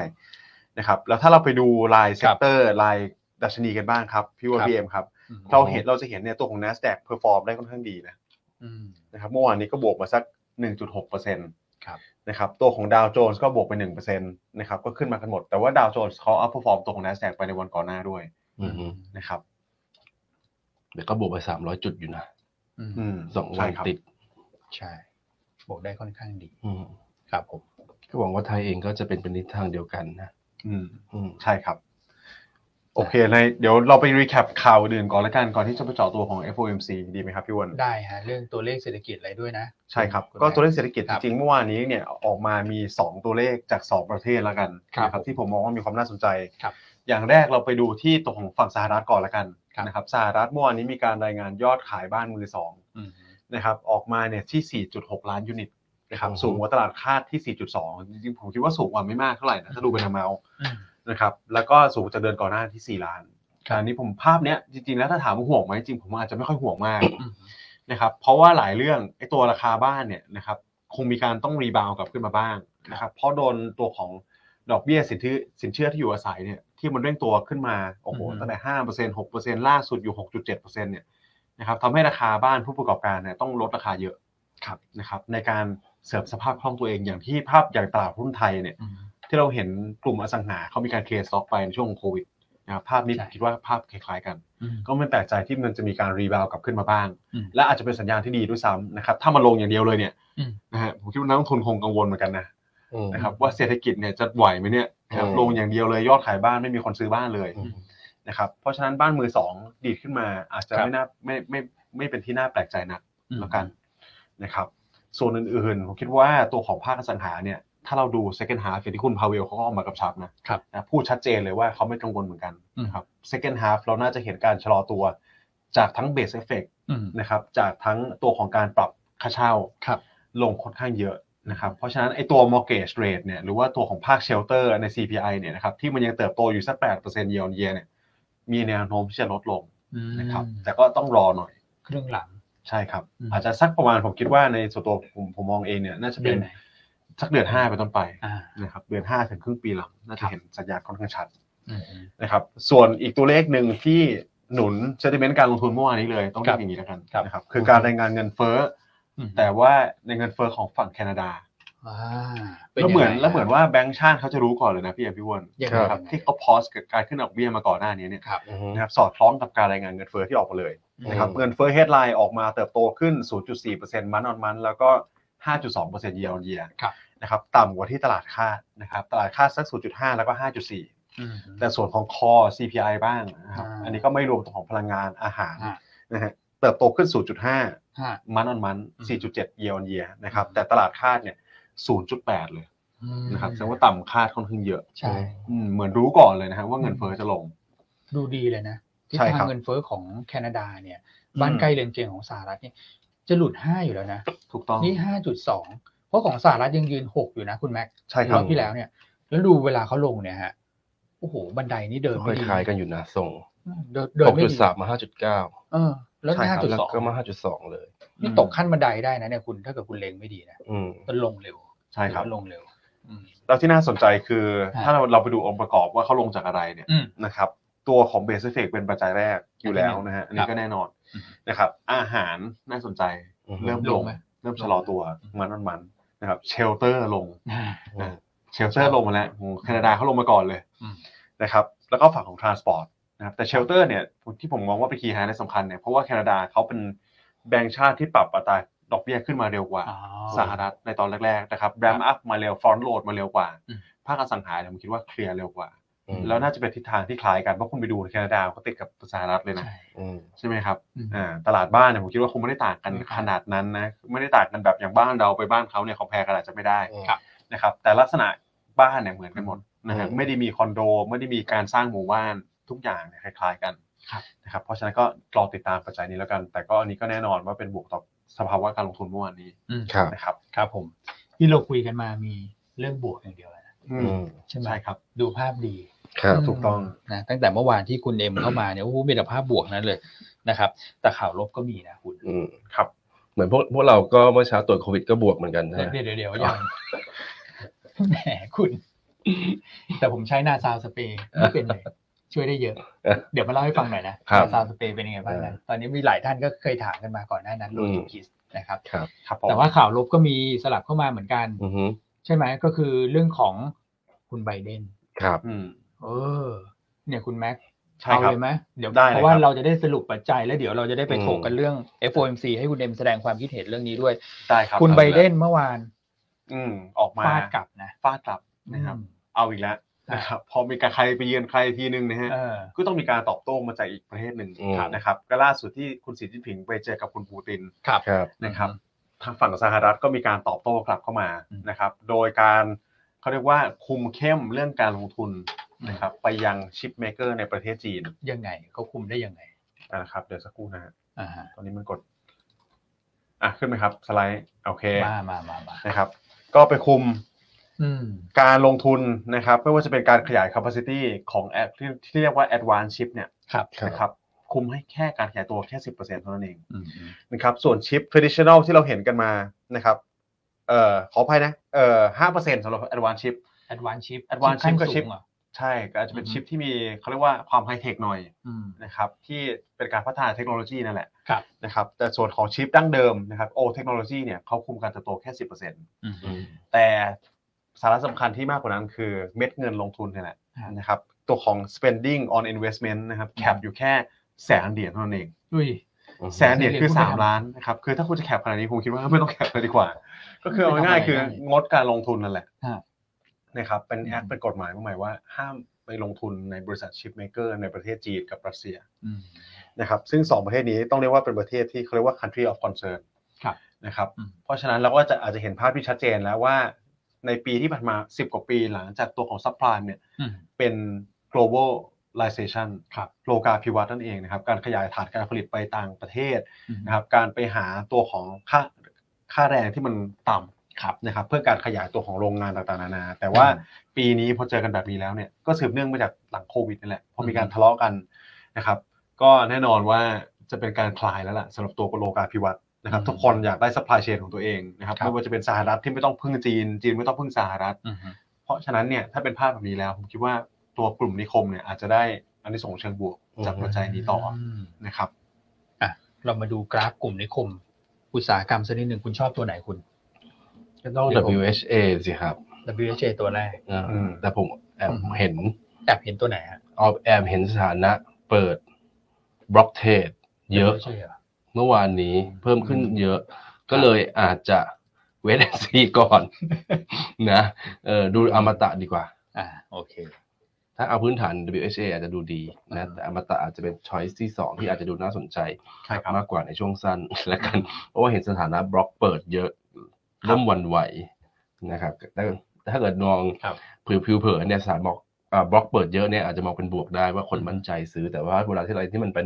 นะครับแล้วถ้าเราไปดูรายเซกเตอร์รายดัชนีกันบ้างครับพี่วอ
ครับ
พีเอ็มครับ
อืม
เราเห็นเราจะเห็นเนี่ยตัวของ NASDAQ เพอร์ฟอร์มได้ค่อนข้างดีนะ
อืม
นะครับเมื่อวานนี้ก็บวกมาสัก 1.6%น
ครับ
ะครับตัวของดาวโจนส์ก็บวกไป1%นะครับก็ขึ้นมากันหมด แต่ว่าดาวโจนส์เขาอัพเพอร์ฟอร์มตัวของ NASDAQ ไปในวันก่อนหน้าด้วย
อืมฮึ
นะครับ
เดี๋ยวก็บวกไปสามร้อยจุดอยู่นะ
อืม
อืม
สองวั
ใช่
น
ครับ
ติด
ใช่บอกได้ค่อนข้างดี
อืม
ครับผม
ก็หวังว่าไทยเองก็จะเป็นเป็นทิศทางเดียวกันนะ
อืม
อืม
ใช่ครับ โอเคเลยเดี๋ยวเราไปรีแคปข่าวอื่นก่อนละกันก่อนที่จะไปเจาะตัวของ FOMC ดีไหมครับพี่อ้วน
ได้ฮะเรื่องตัวเลขเศรษฐกิจอะไรด้วยนะ
ใช่ครับ
ณ
ก็ตัวเล
แม่
ขเศรษฐกิจ
ค
จ
รับ
ริงๆเมื่อวานนี้เนี่ยออกมามี 2 ตัวเลขจาก 2 ประเทศละกัน
ครับ
นะที่ผมมองว่ามีความน่าสนใจ
ครับ
อย่างแรกเราไปดูที่ตัวของฝั่งสหรัฐก่อนละกัน
ครับ
นะครับสหรัฐเมื่อวานนี้มีการรายงานยอดขายบ้านมือสอง
อืม
นะครับออกมาเนี่ยที่ 4.6 ล้านยูนิตนะครับ
โอ้โห
สูงกว่าตลาดคาดที่ 4.2 จริงๆผมคิดว่าสูงกว่าไม่มากเท่าไหร่นะถ้าดูเป็นทางเมา
อืม
นะครับแล้วก็สูงจากเดือนก่อนหน้าที่ 4 ล้าน
ครับ
อันนี้ผมภาพเนี้ยจริงๆแล้วถ้าถามว่าห่วงไหมจริงผมอาจจะไม่ค่อยห่วงมาก
อืม
นะครับเพราะว่าหลายเรื่องไอ้ตัวราคาบ้านเนี่ยนะครับคงมีการต้องรีบาวด์กลับขึ้นมาบ้างนะครับเพราะโดนตัวของดอกเบี้ยสินเชื่อสินเชื่อที่อยู่อาศัยเนี่ยที่มันเร่งตัวขึ้นมาโอ้โหตั้งแต่ห้าเปอร์เซ็นต์หกเปอร์เซ็นต์ล่าสุดอยู่หกจุดเจ็ดเปอร์เซ็นต์เนี่ยนะครับทำให้ราคาบ้านผู้ประกอบการเนี่ยต้องลดราคาเยอะครับนะครับในการเสริมสภาพคล่องตัวเองอย่างที่ภาพอย่างตลาดหุ้นไทยเนี่ย
อืม
ที่เราเห็นกลุ่มอสังหาเขามีการเคลียร์สต็อกไปในช่วงของโควิดนะครับภาพนี้
ใช่
ผมคิดว่าภาพคล้ายๆกัน
อืม
ก็ไม่แปลกใจที่มันจะมีการรีบาวด์กลับขึ้นมาบ้าง
อืม
และอาจจะเป็นสัญญาณที่ดีด้วยซ้ำนะครับถ้ามันลงอย่างเดียวเลยเนี่ย
อืม
นะฮะผมคิดว่านักลงทุนคงกังวลเหมือนกันนะ
อืม
นะครับว่าเศรษฐกิจเนี่ยจะไหวไหมเนี่ยนะครับ
อืม
ลงอย่างเดียวเลยยอดขายบ้านไม่มีคนซื้อบ้านเลย
อืม
นะครับเพราะฉะนั้นบ้านมือสองดีดขึ้นมาอาจจะ
ครับ
ไม่น่าไม่ไม่ไม่เป็นที่น่าแปลกใจนัก แล้วกันนะครับส่วนอื่นๆ ผมคิดว่าตัวของภาคอสังหาเนี่ยถ้าเราดู second half อย่างที่คุณพาเวลเขาก็ออกมากับชับนะครับ นะพูดชัดเจนเลยว่าเขาไม่กังวลเหมือนกัน
อืม
นะครับ second half เราน่าจะเห็นการชะลอตัวจากทั้ง base effect
อืม
นะครับจากทั้งตัวของการปรับค่าเช่า
ครับ
ลงค่อนข้างเยอะนะครับเพราะฉะนั้นไอ้ตัว mortgage rate เนี่ยหรือว่าตัวของภาค shelter ใน CPI เนี่ยนะครับที่มันยังเติบโตอยู่สัก8% year on year เนี่ยมีแนวโน้มที่จะลดลง
อืม
นะครับแต่ก็ต้องรอหน่อย
เครื่องหลัง
ใช่ครับ
อืม
อาจจะสักประมาณผมคิดว่าในส่วนตัวผมผมมองเองเนี่ยน่าจะ
เดื
เป็
อน
น
ไหน
สักเดือนห้าไปนต้นไป
อ่า
นะครับเดือนห้าถึงครึ่งปีหลังน่า
ครั
จะ
บ
เห็นสัญญาณค่อนข้างชัด
อืมอืม
นะครับส่วนอีกตัวเลขหนึ่งที่หนุน sentiment การลงทุนเมื่อวานนี้เลย ต้อง
ค
เรี
รั
ย
บ
กอย่างนี้แล้วกัน
ครับ
นะครับคือการรายงานเงินเฟ้อ
อืม
แต่ว่าในเงินเฟ้อของฝั่งแคนาดา
อ่าป็
แล้วเหมือน
ยังไง
แล้วเหมือนว่าแบงก์ชาติเขาจะรู้ก่อนเลยนะพี่อภิวรณ์
ยังไง
นะครับที่เขาพอสกับการขึ้นดอกเบี้ยมาก่อนหน้านี้เนี่ย
ครับ
อืม
นะครับสอดคล้องกับการรายงานเงินเฟ้อที่ออกมาเลย นะครับ
อืม
เงินเฟ้อ headline ออกมาเติบโตขึ้น 0.4%มันออนมันแล้วก็ 5.2% year on year
ครับ
นะครับต่ำกว่าที่ตลาดคาดนะครับตลาดคาดสัก 0.5 แล้วก็ 5.4
อืม
แต่ส่วนของ core CPI บ้างนะครับ
อ่า
อันนี้ก็ไม่รวมตัวของพลังงานอาหาร
อ่า
นะฮะเติบโตขึ้น 0.5
ฮะ
มันออนมัน
อืม
4.7 year on year นะครับแต่ตลาดคาดเนี่ย 0.8 เลย
อืม
นะครับแสดงว่าต่ำคาดค่อนข้างเยอะ
ใช่
อืมเหมือนรู้ก่อนเลยนะฮะว่าเงินเฟ้อจะลง
ดูดีเลยนะที่
ใช่
ทา
ค
ง
รับ
เงินเฟ้อของแคนาดาเนี่ย บ้านใกล้เรือนเคียงของสหรัฐเนี่ยจะหลุดห้าอยู่แล้วนะ
ถูกต้อง
นี่ห้าจุดสองเพราะของสหรัฐยังยืนหกอยู่นะคุณแม็ก
ใช่ค
ร
รั
อ
บบ
ที่แล้วเนี่ย แล้วดูเวลาเขาลงเนี่ยฮะโอ้โหบันไดนี่เดิน
ค่
ไม่
อย
ดี
คล้ายกันอยู่นะส่ง
เดินเดิน
หก
ไม่
จุด
ดี
สามมาห้าจุดเก้า
เออ แล้ว
แ
ห้าจุด
ล้ว
สอง
ก็มาห้าจุดสองเลย
นี่ตกขั้นบันไดได้นะเนี่ยคุณถ้าเกิดคุณเลงไม่ดีนะ
อืม
มันลงเร็ว
ใช่ครับ
มันลงเร็ว อืม
แล้วที่น่าสนใจคือ
ฮะ
ถ้าเราเราไปดูองค์ประกอบว่าเขาลงจากอะไรเนี่ย
อืม
นะครับตัวของเบสเฟกเป็นปัจจัยแรกอยู่แล้วนะฮะอันนี้ก็แน่นอน
อืม
นะครับอาหารน่าสนใจ
อืม
เริ่ม
ล
ล
ง
ง
ไหม
เริ่มชะลอตัว
อืม
มันมันมันนะครับเชลเตอร์ลง
อ่า
นะ เชลเตอร์ลงมาแล้วโอ้โหแคนาดาเขาลงมาก่อนเลย
อืม
นะครับแล้วก็ฝั่งของทรานสปอร์ตนะครับแต่เชลเตอร์เนี่ยที่ผมมองว่าเป็นคีย์ไฮไลท์สำคัญเนี่ยเพราะว่าแคนาดาเขาเป็นแบงก์ชาติที่ปรับอัตราดอกเบี้ยขึ้นมาเร็วกว่า
อ๋อ
สหรัฐในตอนแรกๆนะครับแรมอัพมาเร็วฟอนต์โหลดมาเร็วกว่า
อืม
ภาคอสังหาเนี่ยผมคิดว่าเคลียร์เร็วกว่า
อืม
แล้วน่าจะเป็นทิศทางที่คล้ายกัน เพราะคุณไปดูในแคนาดาก็ติดกับสหรัฐเลยนะ
ใช่
อืม
ใช่ไหมครับ
อืม
อ่าตลาดบ้านเนี่ยผมคิดว่าคงไม่ได้ต่างกัน
อืม
ขนาดนั้นนะไม่ได้ต่างกันแบบอย่างบ้านเราไปบ้านเขาเนี่ยเขาแพรกันอาจจะไม่ได้
ครับ
นะครับแต่ลักษณะบ้านเนี่ยเหมือนกันหมดนะฮะ
อืม
ไม่ได้มีคอนโดไม่ได้มีการสร้างหมู่บ้านทุกอย่างเนี่ยคล้ายๆกัน
ครับ
นะครับเพราะฉะนั้นก็รอติดตามปัจจัยนี้แล้วกัน แต่ก็อันนี้ก็แน่นอนว่าเป็นบวกต่อสภาวะการลงทุนเมื่อวานนี้
อืม
ครับ
นะครับ
ครับผม ที่เราคุยกันมามีเรื่องบวกอย่างเดียวนะ
อื
อื
ม
ม
ใช่ไหม
ใช่ครับ
ดูภาพดี
ครับ
ถูกต้อง
มนะตั้งแต่เมื่อวานที่คุณเอ็มเข้ามาเนี่ยโอ้โหมีแต่ภาพบวกนั้นเลยนะครับ แต่ข่าวลบก็มีนะคุณ
อืม
ครับ
เหมือนพวกพวกเราก็เมื่อเช้าตรวจโควิดก็บวกเหมือนกันนะ
เดี๋ยว
ฮะ
เดี๋ยวเดี๋ยวยังแหมคุณ แต่ผมใช้นาซาวสเปรย์ไม่เป็นเลยช่วยได้เยอะ เดี๋ยวมาเล่าให้ฟังหน่อยนะครับ นาซาวสเปรย์เป็นยังไงบ้างนะตอนนี้มีหลายท่านก็เคยถามกันมาก่อนหน้านั้นโล
อืม
จิคิสนะครับ
ครับ
ครับผม
แต่ว่าข่าวลบก็มีสลับเข้ามาเหมือนกัน
อือฮึ
ใช่ไหมก็คือเรื่องของคุณไบเดน
ครับ
อืม
เออ เนี่ยคุณแม็ก
ใช่
เอา
ครั
เล
บ
ยไหมเดี๋ยว
ได้เลย
เพราะว่า
ครับ
เราจะได้สรุปปัจจัยแล้วเดี๋ยวเราจะได้ไป
อืม
โถกกันเรื่อง FOMC ให้คุณเอ็มแสดงความคิดเห็นเรื่องนี้ด้วย
ได้ครับ
คุณ
อา
ไบ
อีก
เด
แล้ว
นเมื่อวาน
อืมออกมา
ฟาดกลับนะ
ฟาดกลับนะครับ
อืม
เอาอีกแล้วนะครับพอมีการใครไปเยือนใครทีนึงนะฮะ
เออ
ก็ต้องมีการตอบโต้มาจากอีกประเทศหนึ่ง
อืม
นะครับก็ล่าสุดที่คุณสีจิ้นผิงไปเจอกับคุณปูติน
ครับ
ครับ
นะครับทางฝั่งสหรัฐก็มีการตอบโต้กลับเข้ามา
อืม
นะครับ โดยการเขาเรียกว่าคุมเข้มเรื่องการลงทุนนะครับไปยังชิปเมเกอร์ในประเทศจีน
ยังไงเขาคุมได้ยังไง
นะครับเดี๋ยวสักครู่นะฮะ
อ่าฮะ
ตอนนี้มันกดอ่ะขึ้นไหมครับสไลด์โอเค
มามามามา
นะครับก็ไปคุม
อืม
การลงทุนนะครับไม่ว่าจะเป็นการขยาย capacity ของแอปที่ที่เรียกว่า advanced chip เนี่ย
ครับ
นะครับคุมให้แค่การขยายตัวแค่ 10%เท่านั้นเอง
อืมอืม
นะครับส่วนชิป traditional ที่เราเห็นกันมานะครับเอ่อขออภัยนะเอ่อ5%สำหรับ advanced chip
advanced chip
advanced chip กับ
ขั้นสูง
ชิป
เหรอ
ใช่ก็อาจจะเป็น
อือฮึ
ชิปที่มีเขาเรียกว่าความไฮเทคหน่อย
อืม
นะครับที่เป็นการพัฒนาเทคโนโลยีนั่นแหละ
ครับ
นะครับแต่ส่วนของชิปดั้งเดิมนะครับโอเทคโนโลยีเนี่ยเขาคุมการเติบโตแค่ 10%
อืมอืม
แต่สาระสำคัญที่มากกว่านั้นคือเม็ดเงินลงทุนเนี่ยแหละ นะครับตัวของ spending on investment นะครับแคปอยู่แค่แสนเหรียญเท่านั้นเอง
อุ้ย
แสนเหรียญคือ
แสนเหรียญคุณไปทำ
3 ล้านนะครับคือถ้าคุณจะแคปขนาดนี้ผมคิดว่าไม่ต้องแคปเลยดีกว่า ก็คือเอาง่ายๆคืองดการลงทุนนั่นแหละ
ฮะ
นะครับเป็นแอค
อืม
เป็นกฎหมายมาใหม่ว่าห้ามไปลงทุนในบริษัทชิปเมเกอร์ในประเทศจีนกับรัสเซีย
อืม
นะครับซึ่ง 2 ประเทศนี้ต้องเรียกว่าเป็นประเทศที่เขาเรียกว่า country of concern
ครับ
นะครับ
อืม
เพราะฉะนั้นเราก็จะอาจจะเห็นภาพที่ชัดเจนแล้วว่าในปีที่ผ่านมา 10 กว่าปีหลังจากตัวของซัพพลายเนี่ย
อืม
เป็น globalization
ครับ
โลกาภิวัตน์นั่นเองนะครับ การขยายฐานการผลิตไปต่างประเทศ
อืม
นะครับ การไปหาตัวของค่าค่าแรงที่มันต่
ครับ
ำนะครับ เพื่อการขยายตัวของโรงงานต่างๆนานา แต่ว่า
อืม
ปีนี้พอเจอกันแบบนี้แล้วเนี่ย ก็สืบเนื่องมาจากหลังโควิดนี่แหละ พอมีการ
อืม
ทะเลาะกันนะครับ ก็แน่นอนว่าจะเป็นการคลายแล้วล่ะสำหรับตัวโลกาภิวัตน์นะครับ
อืม
ทุกคนอยากได้ซัพพลายเชนของตัวเองนะครับ
ครับ
ไม่ว่าจะเป็นสหรัฐที่ไม่ต้องพึ่งจีน จีนไม่ต้องพึ่งสหรัฐ
อืม
เพราะฉะนั้นเนี่ยถ้าเป็นภาพแบบนี้แล้วผมคิดว่าตัวกลุ่มนิคมเนี่ยอาจจะได้อันนี้ส่งส์เชิงบวกจาก
อืม
ปัจจัยนี้ต่อนะครับ
เรามาดูกราฟกลุ่มนิคม อุตสาหกรรมสักนิดหนึ่งคุณชอบตัวไหนคุณ
ก็ต้อง WHA สิครับ
WHA ตัวแรก
อ่าแต่ผมแอบ
อืม
เห็น
แอบเห็นตัวไหนฮะ
เอาแอบเห็นสถานะเปิดบล็อกเทรดเยอะ
ใช่เหรอ
เมื่อวานนี้เพิ่มขึ้นเยอะ
ครั
ก็
บ
เลยอาจจะ เวทซีก่อน นะเออดูอมตะดีกว่า
อ่า โอเค
ถ้าเอาพื้นฐาน WHA อาจจะดูดี
อ่า
นะแต่อมตะอาจจะเป็นช้อยส์ที่สองที่อาจจะดูน่าสนใจ
ใช่ครับ
มากกว่าในช่วงสั้น และกัน เพราะว่าเห็นสถานะบล็อกเปิดเยอะเริ่มหวันไหวนะครับแต่แต่ถ้าเกิดมอง
ครับ
ผิวผิวเผินเนี่ยสถานบล็อก บล็อกเปิดเยอะเนี่ยอาจจะมองเป็นบวกได้ว่าคนมั่นใจซื้อแต่ว่าเวลาที่อะไรที่มันเป็น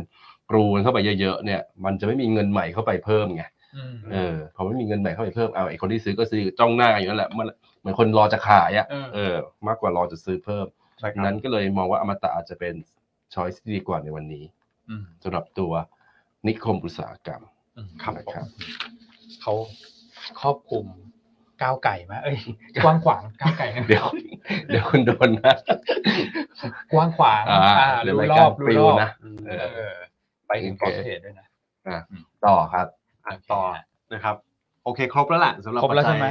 กรูนเข้าไปเยอะๆเนี่ย มันจะไม่มีเงินใหม่เข้าไปเพิ่มไง
อืม
เออพอไม่มีเงินใหม่เข้าไปเพิ่มเอาไอ้คนที่ซื้อก็ซื้อจ้องหน้าอยู่นั่นแหละมันเหมือนคนรอจะขายอ่ะ
เออ
เออ มากกว่ารอจะซื้อเพิ่ม
ใช่ครั
นั้
บ
นก็เลยมองว่าอมตะอาจจะเป็นช้อยที่ดีกว่าในวันนี้
อืม
สำหรับตัวนิคมอุตสาหกรรม
อืม
ครับ
นะ
ผม
ครับ
เขาครอบคลุมก้าวไก่มากเอ้ย กว้างขวางก้าวไก่นะ
เดี๋ยว เดี๋ยวคุณโดนนะ
กว้างขวาง
อ่า
อ่า
เดี๋ยว
รู้
ราย
ร
การ
อบ
ปลิ
รู้
ว
รอบ
นะ
เอ
เออ
อ ไปถึงคอร์เทดด้วยนะ
ต่อครับ
อ่ะต่อนะครับ โอเค ครบแล้วล่ะสำหรับ
ครบแล้ว
ปัจจัย
ใช่ไหม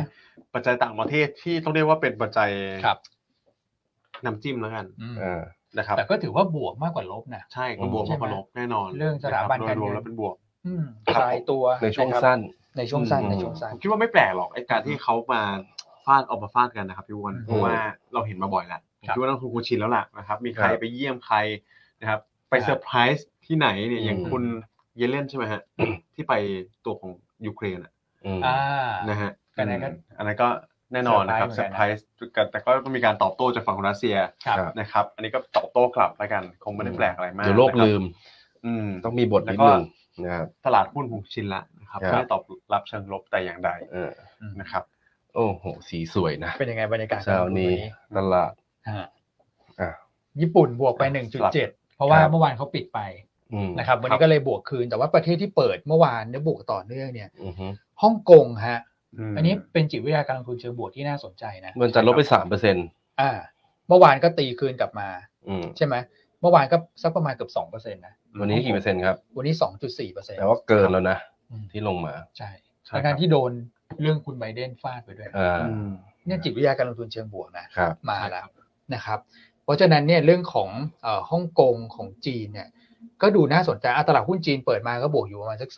ปัจจัยต่างประเทศที่ต้องเรียกว่าเป็นปัจจัย
ครับ
น้ำจิ้มแล้วกัน
อืม
เออ
นะครับ
แต่ก็ถือว่าบวกมากกว่าลบนะ
ใช่ก็บวก
ใช่
มา
ไหม
กกว่าลบแน่นอน
เรื่องสถาบัน
โด
กาย ร
รวม
เงิน
แล้วเป็นบวก
อืม
ครับ
รายตัว
ในช่วง
ะครับ
สั้น
ในช่วงสั้น
อืม
ในช่วงสั้น
ผมคิดว่าไม่แปลกหรอกไอ้การที่เขามาฟาดออกมาฟาดกันนะครับพี่อ้วน
อืม
เพราะว่าเราเห็นมาบ่อยแล้วผม
ครับ
คิดว่านักลงทุนคงชินแล้วล่ะนะครับ มีใคร
ครับ
ไปเยี่ยมใครนะครับ ไป
ครับ
เซอร์ไพรส์ที่ไหนเนี่ยอย่าง
อืม
คุณเยเลนใช่ไหมฮะที่ไปตัวของยูเครนอะ
อืม
อ่า
นะฮะ
ก็นั่นก็
อืมอันนั้นก็แน่นอนนะครับเซ
เซ
อ
อร์
ร์ไพ
ไพ
ร
รส์
ส์แต่ก็มีการตอบโต้จากฝั่งของรัสเซีย
ครับ
ครับ
นะครับ อันนี้ก็ตอบโต้กลับแล้วกัน คงไม่ได้แปลกอะไรมาก
เดี๋ยวโลก
นะครับ
ลืม
อืม
ต้องมีบทนิด
แล้วก็
นึงนะครับ
ตลาดหุ้นคงชินละนะครับ
ครับ
ไม่ได้ตอบรับเชิงลบแต่อย่างใด
เออ
นะครับ
โอ้โห สีสวยนะ
เป็นยังไงบรรยากาศ
เช้านี้ตลาด
อ่า
อ่ะ
ญี่ปุ่นบวกไป 1.7 เพราะว่า
ครับ
เมื่อวานเขาปิดไป
อืม
นะครับ วัน
ครั
นี้
บ
ก็เลยบวกคืน แต่ว่าประเทศที่เปิดเมื่อวานเนี่ยบวกต่อเนื่องเนี่ย
อือฮึ
ฮ่องกงฮะ
ม
อันนี้เป็นจิตวิทยาการลงทุนเชิงบวกที่น่าสนใจนะ
มันจะลดไปสามเปอร์เซ็นต์
อ่า เมื่อวานก็ตีคืนกลับมา
อืม
ใช่ไหม เมื่อวานก็สักประมาณเกือบสองเปอร์เซ็นต์นะ
วันนี้กี่เปอร์เซ็นต์ครับ
วันนี้สองจุดสี่เปอร์เซ็นต์
แต่ว่าเกินแล้วนะ
ที่
ที่ลงมา
ใช่
ใช่ครับ
ในการที่โดนเรื่องคุณไบเดนฟาดไปด้วย
อ่า
อืม
เนี่ยจิตวิทยาการลงทุนเชิงบวกนะ
ครับ
มาแล้วนะครับ เพราะฉะนั้นเนี่ยเรื่องของเอ่อฮ่องกงของจีนเนี่ยก็ดูน่าสนใจอ่ะตลาดหุ้นจีนเปิดมาก็บวกอยู่ประมาณสัก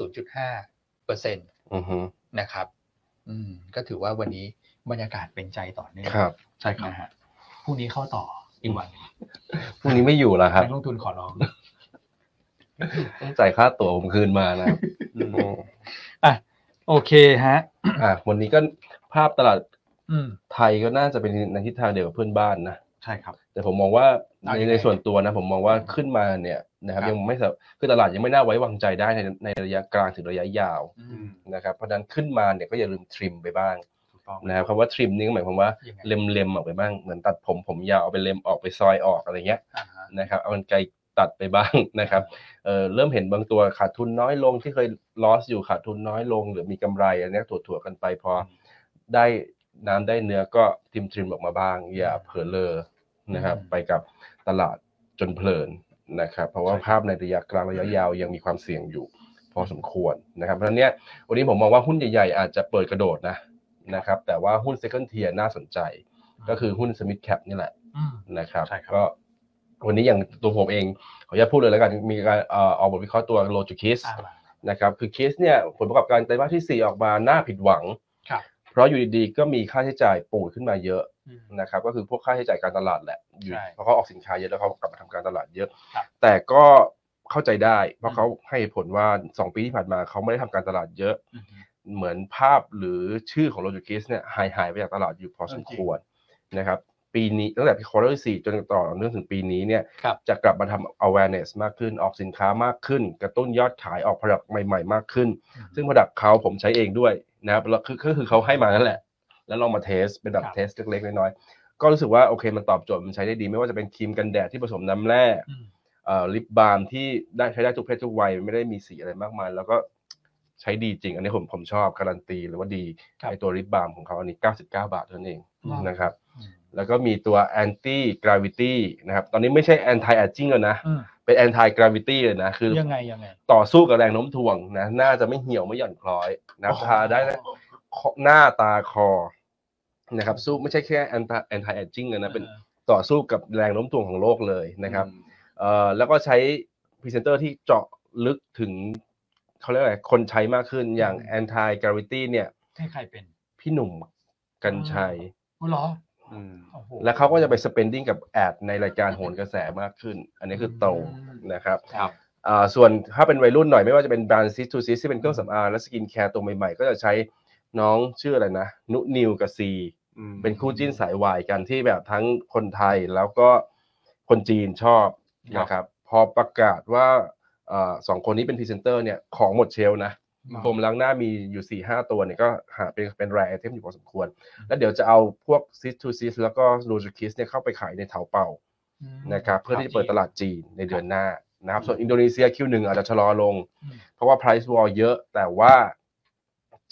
0.5เปอร์เซ็นต
อือฮึ
นะครับ อืมก็ถือว่าวันนี้บรรยากาศเป็นใจต่อเนื่อง
ครับ
ใช่ครับ
นะฮะพรุ่งนี้เข้าต่ออีกวันหนึ่ง
พรุ่งนี้ไม่อยู่แล้วครับ
นักลงทุนขอร้อง
ต้องจ่ายค่าตั๋วผมคืนมานะครับอืม
อ่ะโอเคฮะ
อ่ะวันนี้ก็ภาพตลาด
อืม
ไทยก็น่าจะเป็นในทิศทางเดียวกับเพื่อนบ้านนะ
ใช่ครับ
แต่ผมมองว่า
เอา
ใน
ยังไง
ในส่วนตัวนะผมมองว่าขึ้นมาเนี่ยนะครับ
ครับ
ยังไม่สะคือตลาดยังไม่น่าไว้วางใจได้ในในระยะกลางถึงระยะยาว
อื
อื
ม
ม
นะครับเพราะฉะนั้นขึ้นมาเนี่ยก็อย่าลืมทริมไปบ้าง
ถูกต้อง
นะครับคำว่าทริมนี่ก็หมายความว่า
ยังไง
เล็มเล็มออกไปบ้างเหมือนตัดผมผมยาวเอาไปเล็มออกไปซอยออกอะไรเงี้ย
อ่าฮะ
นะครับเอากันไกลตัดไปบ้าง นะครับเอ่อเริ่มเห็นบางตัวขาดทุนน้อยลงที่เคยลอสอยู่ขาดทุนน้อยลง หรือมีกำไรอันเนี้ยถั่วถั่วๆกันไปพอได้น้ำได้เนื้อก็ทริมทริมออกมาบ้าง อย่าเผลอเลอ นะครับไปกับตลาดจนเพลินนะครับ เพราะว่าภาพในระยะกลางระยะยาวยังมีความเสี่ยงอยู่พอสมควรนะครับเพราะฉะนั้นเนี่ยวันนี้ผมมองว่าหุ้นใหญ่ๆ อาจจะเปิดกระโดดนะนะครับ แต่ว่าหุ้น second tier น่าสนใจ ก็คือหุ้น smith cap นี่แหละ
ม
นะครับ
ใช่ครับ
ก็วันนี้อย่างตัวผมเองขออนุญาตพูดเลยแล้วกันมีการเอ่อออกบทวิเคราะห์ตัว l o g i c i s
อ่ามา
นะครับคือเคสเนี่ยผลประกอบการไตรมาสทีสี่ 4 ออกมาน่าผิดหวัง
ครับ
เพราะอยู่ดีๆก็มีค่าใช้จ่ายปูดขึ้นมาเยอะ
อืม
นะครับก็คือพวกค่าใช้จ่ายการตลาดแหละอยู่
ใช่
เพราะเขาออกสินค้าเยอะแล้วเขากลับมาทำการตลาดเยอะ
ครับ
แต่ก็เข้าใจได้ เพราะเขาให้เหตุผลว่า 2 ปีที่ผ่านมาเขาไม่ได้ทำการตลาดเยอะ
อือฮึ
เหมือนภาพหรือชื่อของโลจิกิสเนี่ยหายหายไปจากตลาดอยู่พอสมควรนะครับปีนี้ตั้งแต่ควอเตอร์สี่จนต่อเนื่องถึงปีนี้เนี่ย
ครับ
จะกลับมาทำ awareness มากขึ้นออกสินค้ามากขึ้น กระตุ้นยอดขายออกผลิตใหม่ ๆ มากขึ้น ซึ่ง Product เขาผมใช้เองด้วยนะครับแล้วคือก็คือเขาให้มานั่นแหละ แล้วลองมาเทสเป็นแบบ
ครับ
เทสเล็กๆน้อยๆก็รู้สึกว่าโอเคมันตอบโจทย์มันใช้ได้ดี ไม่ว่าจะเป็นครีมกันแดดที่ผสมน้ำแร่
อืม
เอ่อลิปบาล์มที่ได้ใช้ได้ทุกเพศทุกวัยไม่ได้มีสีอะไรมากมาย แล้วก็ใช้ดีจริง อันนี้ผมผมชอบการันตีหรือว่าดี
ครับ
ไอตัวลิปบาล์มของเขาอันนี้ 99 บาทเท่านั้นเอง
ว้าว
นะครับ
อืม
แล้วก็มีตัว anti gravity นะครับตอนนี้ไม่ใช่ anti aging แล้วนะ
อืม
เป็น anti gravity เลยนะคือ
ยังไงยังไง
ต่อสู้กับแรงโน้มถ่วงนะหน้าจะไม่เหี่ยวไม่หย่อนคล้อยนะ
อ๋อ
ทาได้นะหน้าตาคอนะครับสู้ไม่ใช่แค่ anti anti aging นะเป็นต่อสู้กับแรงโน้มถ่วงของโลกเลยนะครับเอ่อแล้วก็ใช้พรีเซนเตอร์ที่เจาะลึกถึงเขาเรียกอะไรคนใช้มากขึ้นอย่าง anti gravity เนี่ย
ให้ใครเป็น
พี่หนุ่มกันชัย
อ๋อเหรอ
อืม
โอ้โห
แล้วเขาก็จะไป spending กับแอดในรายการโหนกระแสมากขึ้น อันนี้คือโตรงนะครับ
ครับ
อ่าส่วนถ้าเป็นวัยรุ่นหน่อยไม่ว่าจะเป็นแบรนด์ซิสทูซิสที่เป็นเครื่องสำอางและสกินแคร์ตัวใหม่ๆ ก็จะใช้น้องชื่ออะไรนะ นุนิวกับซี
อืม
เป็นคู่จิ้นสายวายกันที่แบบทั้งคนไทยแล้วก็ คนจีนชอบ
ครับ
นะครับพอประกาศว่าเอ่อสองคนนี้เป็นพรีเซนเตอร์เนี่ยของหมดเชลฟ์นะพรมล้างหน้ามีอยู่4ี่ห้าตัวเนี่ยก็หาเป็นเป็นแรไอเทมอยู่พอสมควร แล้วเดี๋ยวจะเอาพวกซิสทูซิสแล้วก็โลจิคิสเนี่ยเข้าไปขายในเถาเป่า
อืม
นะครับเพื่อที่จะเปิดตลาดจีนในเดือนหน้านะครับส่วนอินโดนีเซีย Q1 อาจจะชะลอลง
อืม
เพราะว่า price war เยอะแต่ว่า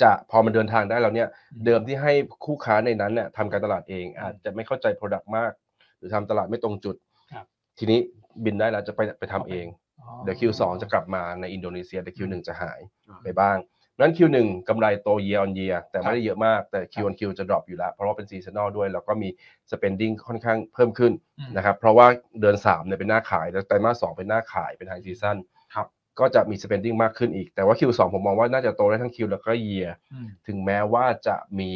จะพอมันเดินทางได้แล้วเนี่ย เดิมที่ให้คู่ค้าในนั้นเนี่ยทำการตลาดเอง อาจจะไม่เข้าใจ Product มาก หรือทำตลาดไม่ตรงจุด
ครับ
ทีนี้บินได้แล้วจะไปไปทำเอง
อ๋อ
เดี๋ยว Q2 จะกลับมาในอินโดนีเซียแต่ Q1 จะหาย
อ่า
ไปบ้างนั้น Q1 กำไรโต year on year แต่ไม่ได้เยอะมากแต่ Q on Q จะดรอปอยู่แล้ว เพราะว่าเป็น seasonal ด้วยแล้วก็มี spending ค่อนข้างเพิ่มขึ้น
อืม
นะครับเพราะว่าเดือน3เนี่ยเป็นหน้าขายแล้วไตรมาสส2เป็นหน้าขายเป็นไฮซีซั่น
ครับ
ก็จะมี spending มากขึ้นอีก แต่ว่า Q2 ผมมองว่าน่าจะโตได้ทั้ง Q แล้วก็ year
อืม
ถึงแม้ว่าจะมี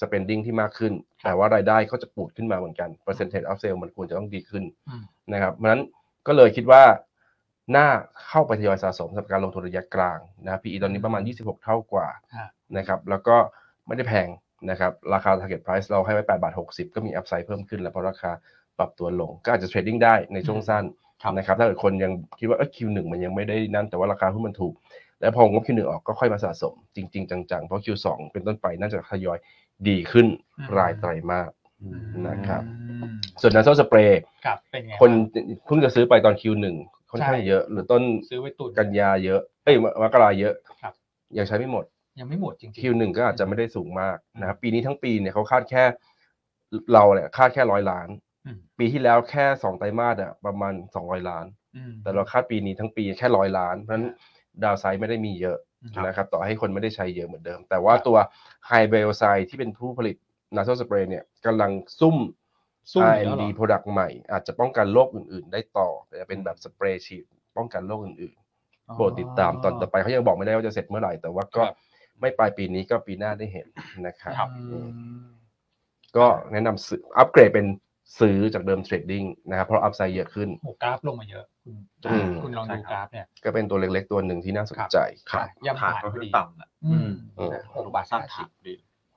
spending ที่มากขึ้น แต่ว่ารายได้ก็จะปูดขึ้นมาเหมือนกัน percentage of sale มันควรจะต้องดีขึ้น
อืม
นะครับเพราะฉะนั้นก็เลยคิดว่าน่าเข้าไปทยอยสะสมสำหรับการลงทุนระยะกลางนะ PE ตอนนี้ประมาณ 26 เท่ากว่า
ครับ
นะครับแล้วก็ไม่ได้แพงนะครับราคา target price เราให้ไว้8บาท60 ก็มี upside เพิ่มขึ้น แล้วเพราะราคาปรับตัวลง ก็อาจจะเทรดดิ้งได้ในช่วงสั้น
ครับ
นะครับถ้าเกิดคนยังคิดว่าเอ้ย Q1 มันยังไม่ได้นั่นแต่ว่าราคาหุ้นมันถูก แล้วพองบ Q1 ออกก็ค่อยมาสะสม จริง ๆ จังๆ เพราะ Q2 เป็นต้นไปน่าจะทยอยดีขึ้น
อืม
รายไตรมาส นะครับ
อืม
ส่วนนั้นโซสเปรย์
ครับเป็นไง
คน
บ้าง
เพิ่งจะซื้อไปตอน Q1 ค่อนข้าง
ใช่
เยอะ หรือต้น
ซื้อไว้ตุน
กันยาเยอะ เอ้ยมกราเยอะ
ครับ
ยังใช้ไม่หมด
ยังไม่หมดจริงๆ
Q1 ก็อาจจะไม่ได้สูงมากนะครับปีนี้ทั้งปีเนี่ยเขาคาดแค่เราเนี่ยคาดแค่ร้อยล้าน
อืม
ปีที่แล้วแค่สองไตรมาสอะประมาณ 200 ล้าน
อืม
แต่เราคาดปีนี้ทั้งปีแค่ร้อยล้าน เพราะฉะนั้นดาวไซด์ไม่ได้มีเยอะ
ครับ
นะครับต่อให้คนไม่ได้ใช้เยอะเหมือนเดิม แต่ว่าตัวไฮเบลไซด์ที่เป็นผู้ผลิตนาโซสเปรย์เนี่ยกำลังซุ่ม
สู้
r
แล้วเหร
d
อ
Product ใหม่ อาจจะป้องกันโรคอื่นๆ ได้ต่อแต่จะเป็นแบบสเปรย์ฉีดป้องกันโรคอื่นๆโปรดติดตามตอนต่อไปเขายังบอกไม่ได้ว่าจะเสร็จเมื่อไหร่ แต่ว่าก็
ครับ
ไม่ปลายปีนี้ก็ปีหน้าได้เห็นนะครับ
ครับ
อืม ก็แนะนำซื้ออัปเกรดเป็นซื้อจากเดิมเทรดดิ้งนะครับเพราะอัพไซด์เยอะขึ้น
โหกราฟลงมาเยอะ คุณ
อืม
คุณลองดูกราฟเนี่ย
ก็เป็นตัวเล็กๆตัวหนึ่งที่น่าสนใจ
ครับ ยังผ่านพอดี
ต่ำนะ
อืม
เออ
หกบาท
สร้าง
ห้าสิ
ขา
บ
ดดี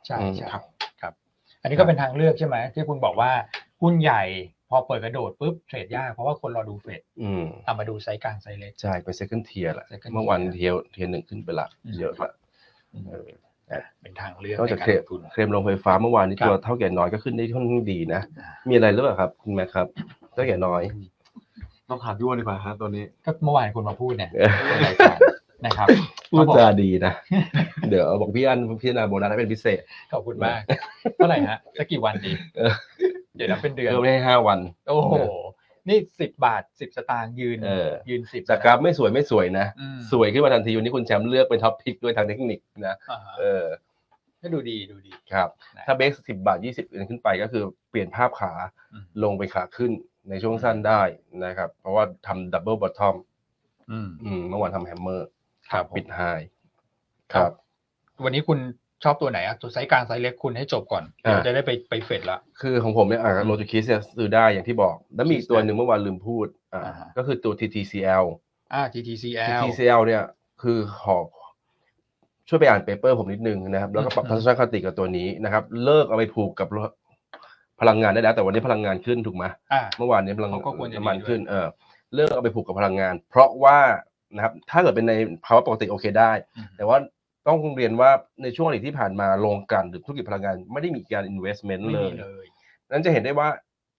ใช่
อืม
ใช่
ครับ
ครับ อันนี้ก็เป็นทางเลือกใช่ไหมที่คุณบอกว่าหุ้นใหญ่พอเปิดกระโดดปุ๊บเทรดยากเพราะว่าคนรอดูเฟด
อืม
เอามาดูไซส์กลางไซส์เล็ก
ใช่เป็น second tier แหละ
second tier
เมื่อวันเทียเทียหนึ่งขึ้นไปละ
อืม
เยอะละเออ
เป็นทางเลือก
นอกจาก
ใน
เคล
การลงทุน
มเคลมโรงไฟฟ้าเมื่อวานนี้
ครับ
ตัวเท่าแก่น้อยก็ขึ้นได้ค่อนข้างดีนะ มีอะไรหรือเปล่าครับคุณแม่ครับเท่าแก่น้อย
ต้องถามพี่อ้วนดีกว่าฮะตัวนี้
ก็เมื่อวานคุณมาพูดเนี่ย
เออ
ในรายการนะครับ
พูด
ก็บอก
จาดีนะ เดี๋ยวบอกพี่อันพี่นาโบนัสให้เป็นพิเศษ
ขอบคุณมากเท่าไหร่ฮะสักกี่วันดี
เออ
เดี๋ยวนับเป็นเดือน
เพิ่มได้ห้าวัน
โอ้โห นี่สิบบาทสิบสตางค์ยืน
เออ
ยืนสิบ
จากกราฟไม่สวยไม่สวยนะ
อืม
สวยขึ้นมาทันทีวันนี้คุณแชมป์เลือกเป็นท็อปพิกด้วยทางเทคนิคนะ
อ่าฮะ
เออ
ก็ดูดีดูดี
ครับ
นะ
ถ้าเบสสิบาทยี่สิบขึ้นไปก็คือเปลี่ยนภาพขา
อืม
ลงไปขาขึ้นในช่วงสั้นได้นะครับ เพราะว่าทำดับเบิลบอททอม
อืม
เมื่อวานทำแฮมเมอร์
ครับผม
ปิดไฮ
ค
ค
รั
รับ บ
วันนี้คุณชอบตัวไหนอะตัวไซส์กลางไซส์เล็กคุณให้จบก่อน
อ่า
เดี๋ยวจะได้ไปไปเฟดละ
คือของผมเนี่ยโลจิคิสเนี่ยซื้อได้อย่างที่บอก แล้วมีอีกตัวหนึ่งเมื่อวานลืมพูดอ่า
อ่าฮะ
ก็คือตัว TTCL
อ่า TTCL
TTCL เนี่ยคือขอช่วยไปอ่านเปเปอร์ผมนิดนึงนะครับ แล้วก็ปรับ
อืม
ทัศนคติกับตัวนี้นะครับ เลิกเอาไปผูกกับรถพลังงานได้แล้ว แต่วันนี้พลังงานขึ้นถูกไหม
อ่า
เมื่อวานเนี้พลังงาน
เขาก็ควรจะดีด้วย
น้ำมันขึ้นเออเลิกเอาไปผูกกับพลังงาน เพราะว่านะครับถ้าเกิดเป็นในภาวะปกติโอเคได้ แต่ว่าต้องเรียนว่าในช่วงอดีตที่ผ่านมาโรงกลั่นหรือธุรกิจพลังงานไม่ได้มีการ investment
ไม่
เล
มี
ย
เลย
นั้นจะเห็นได้ว่า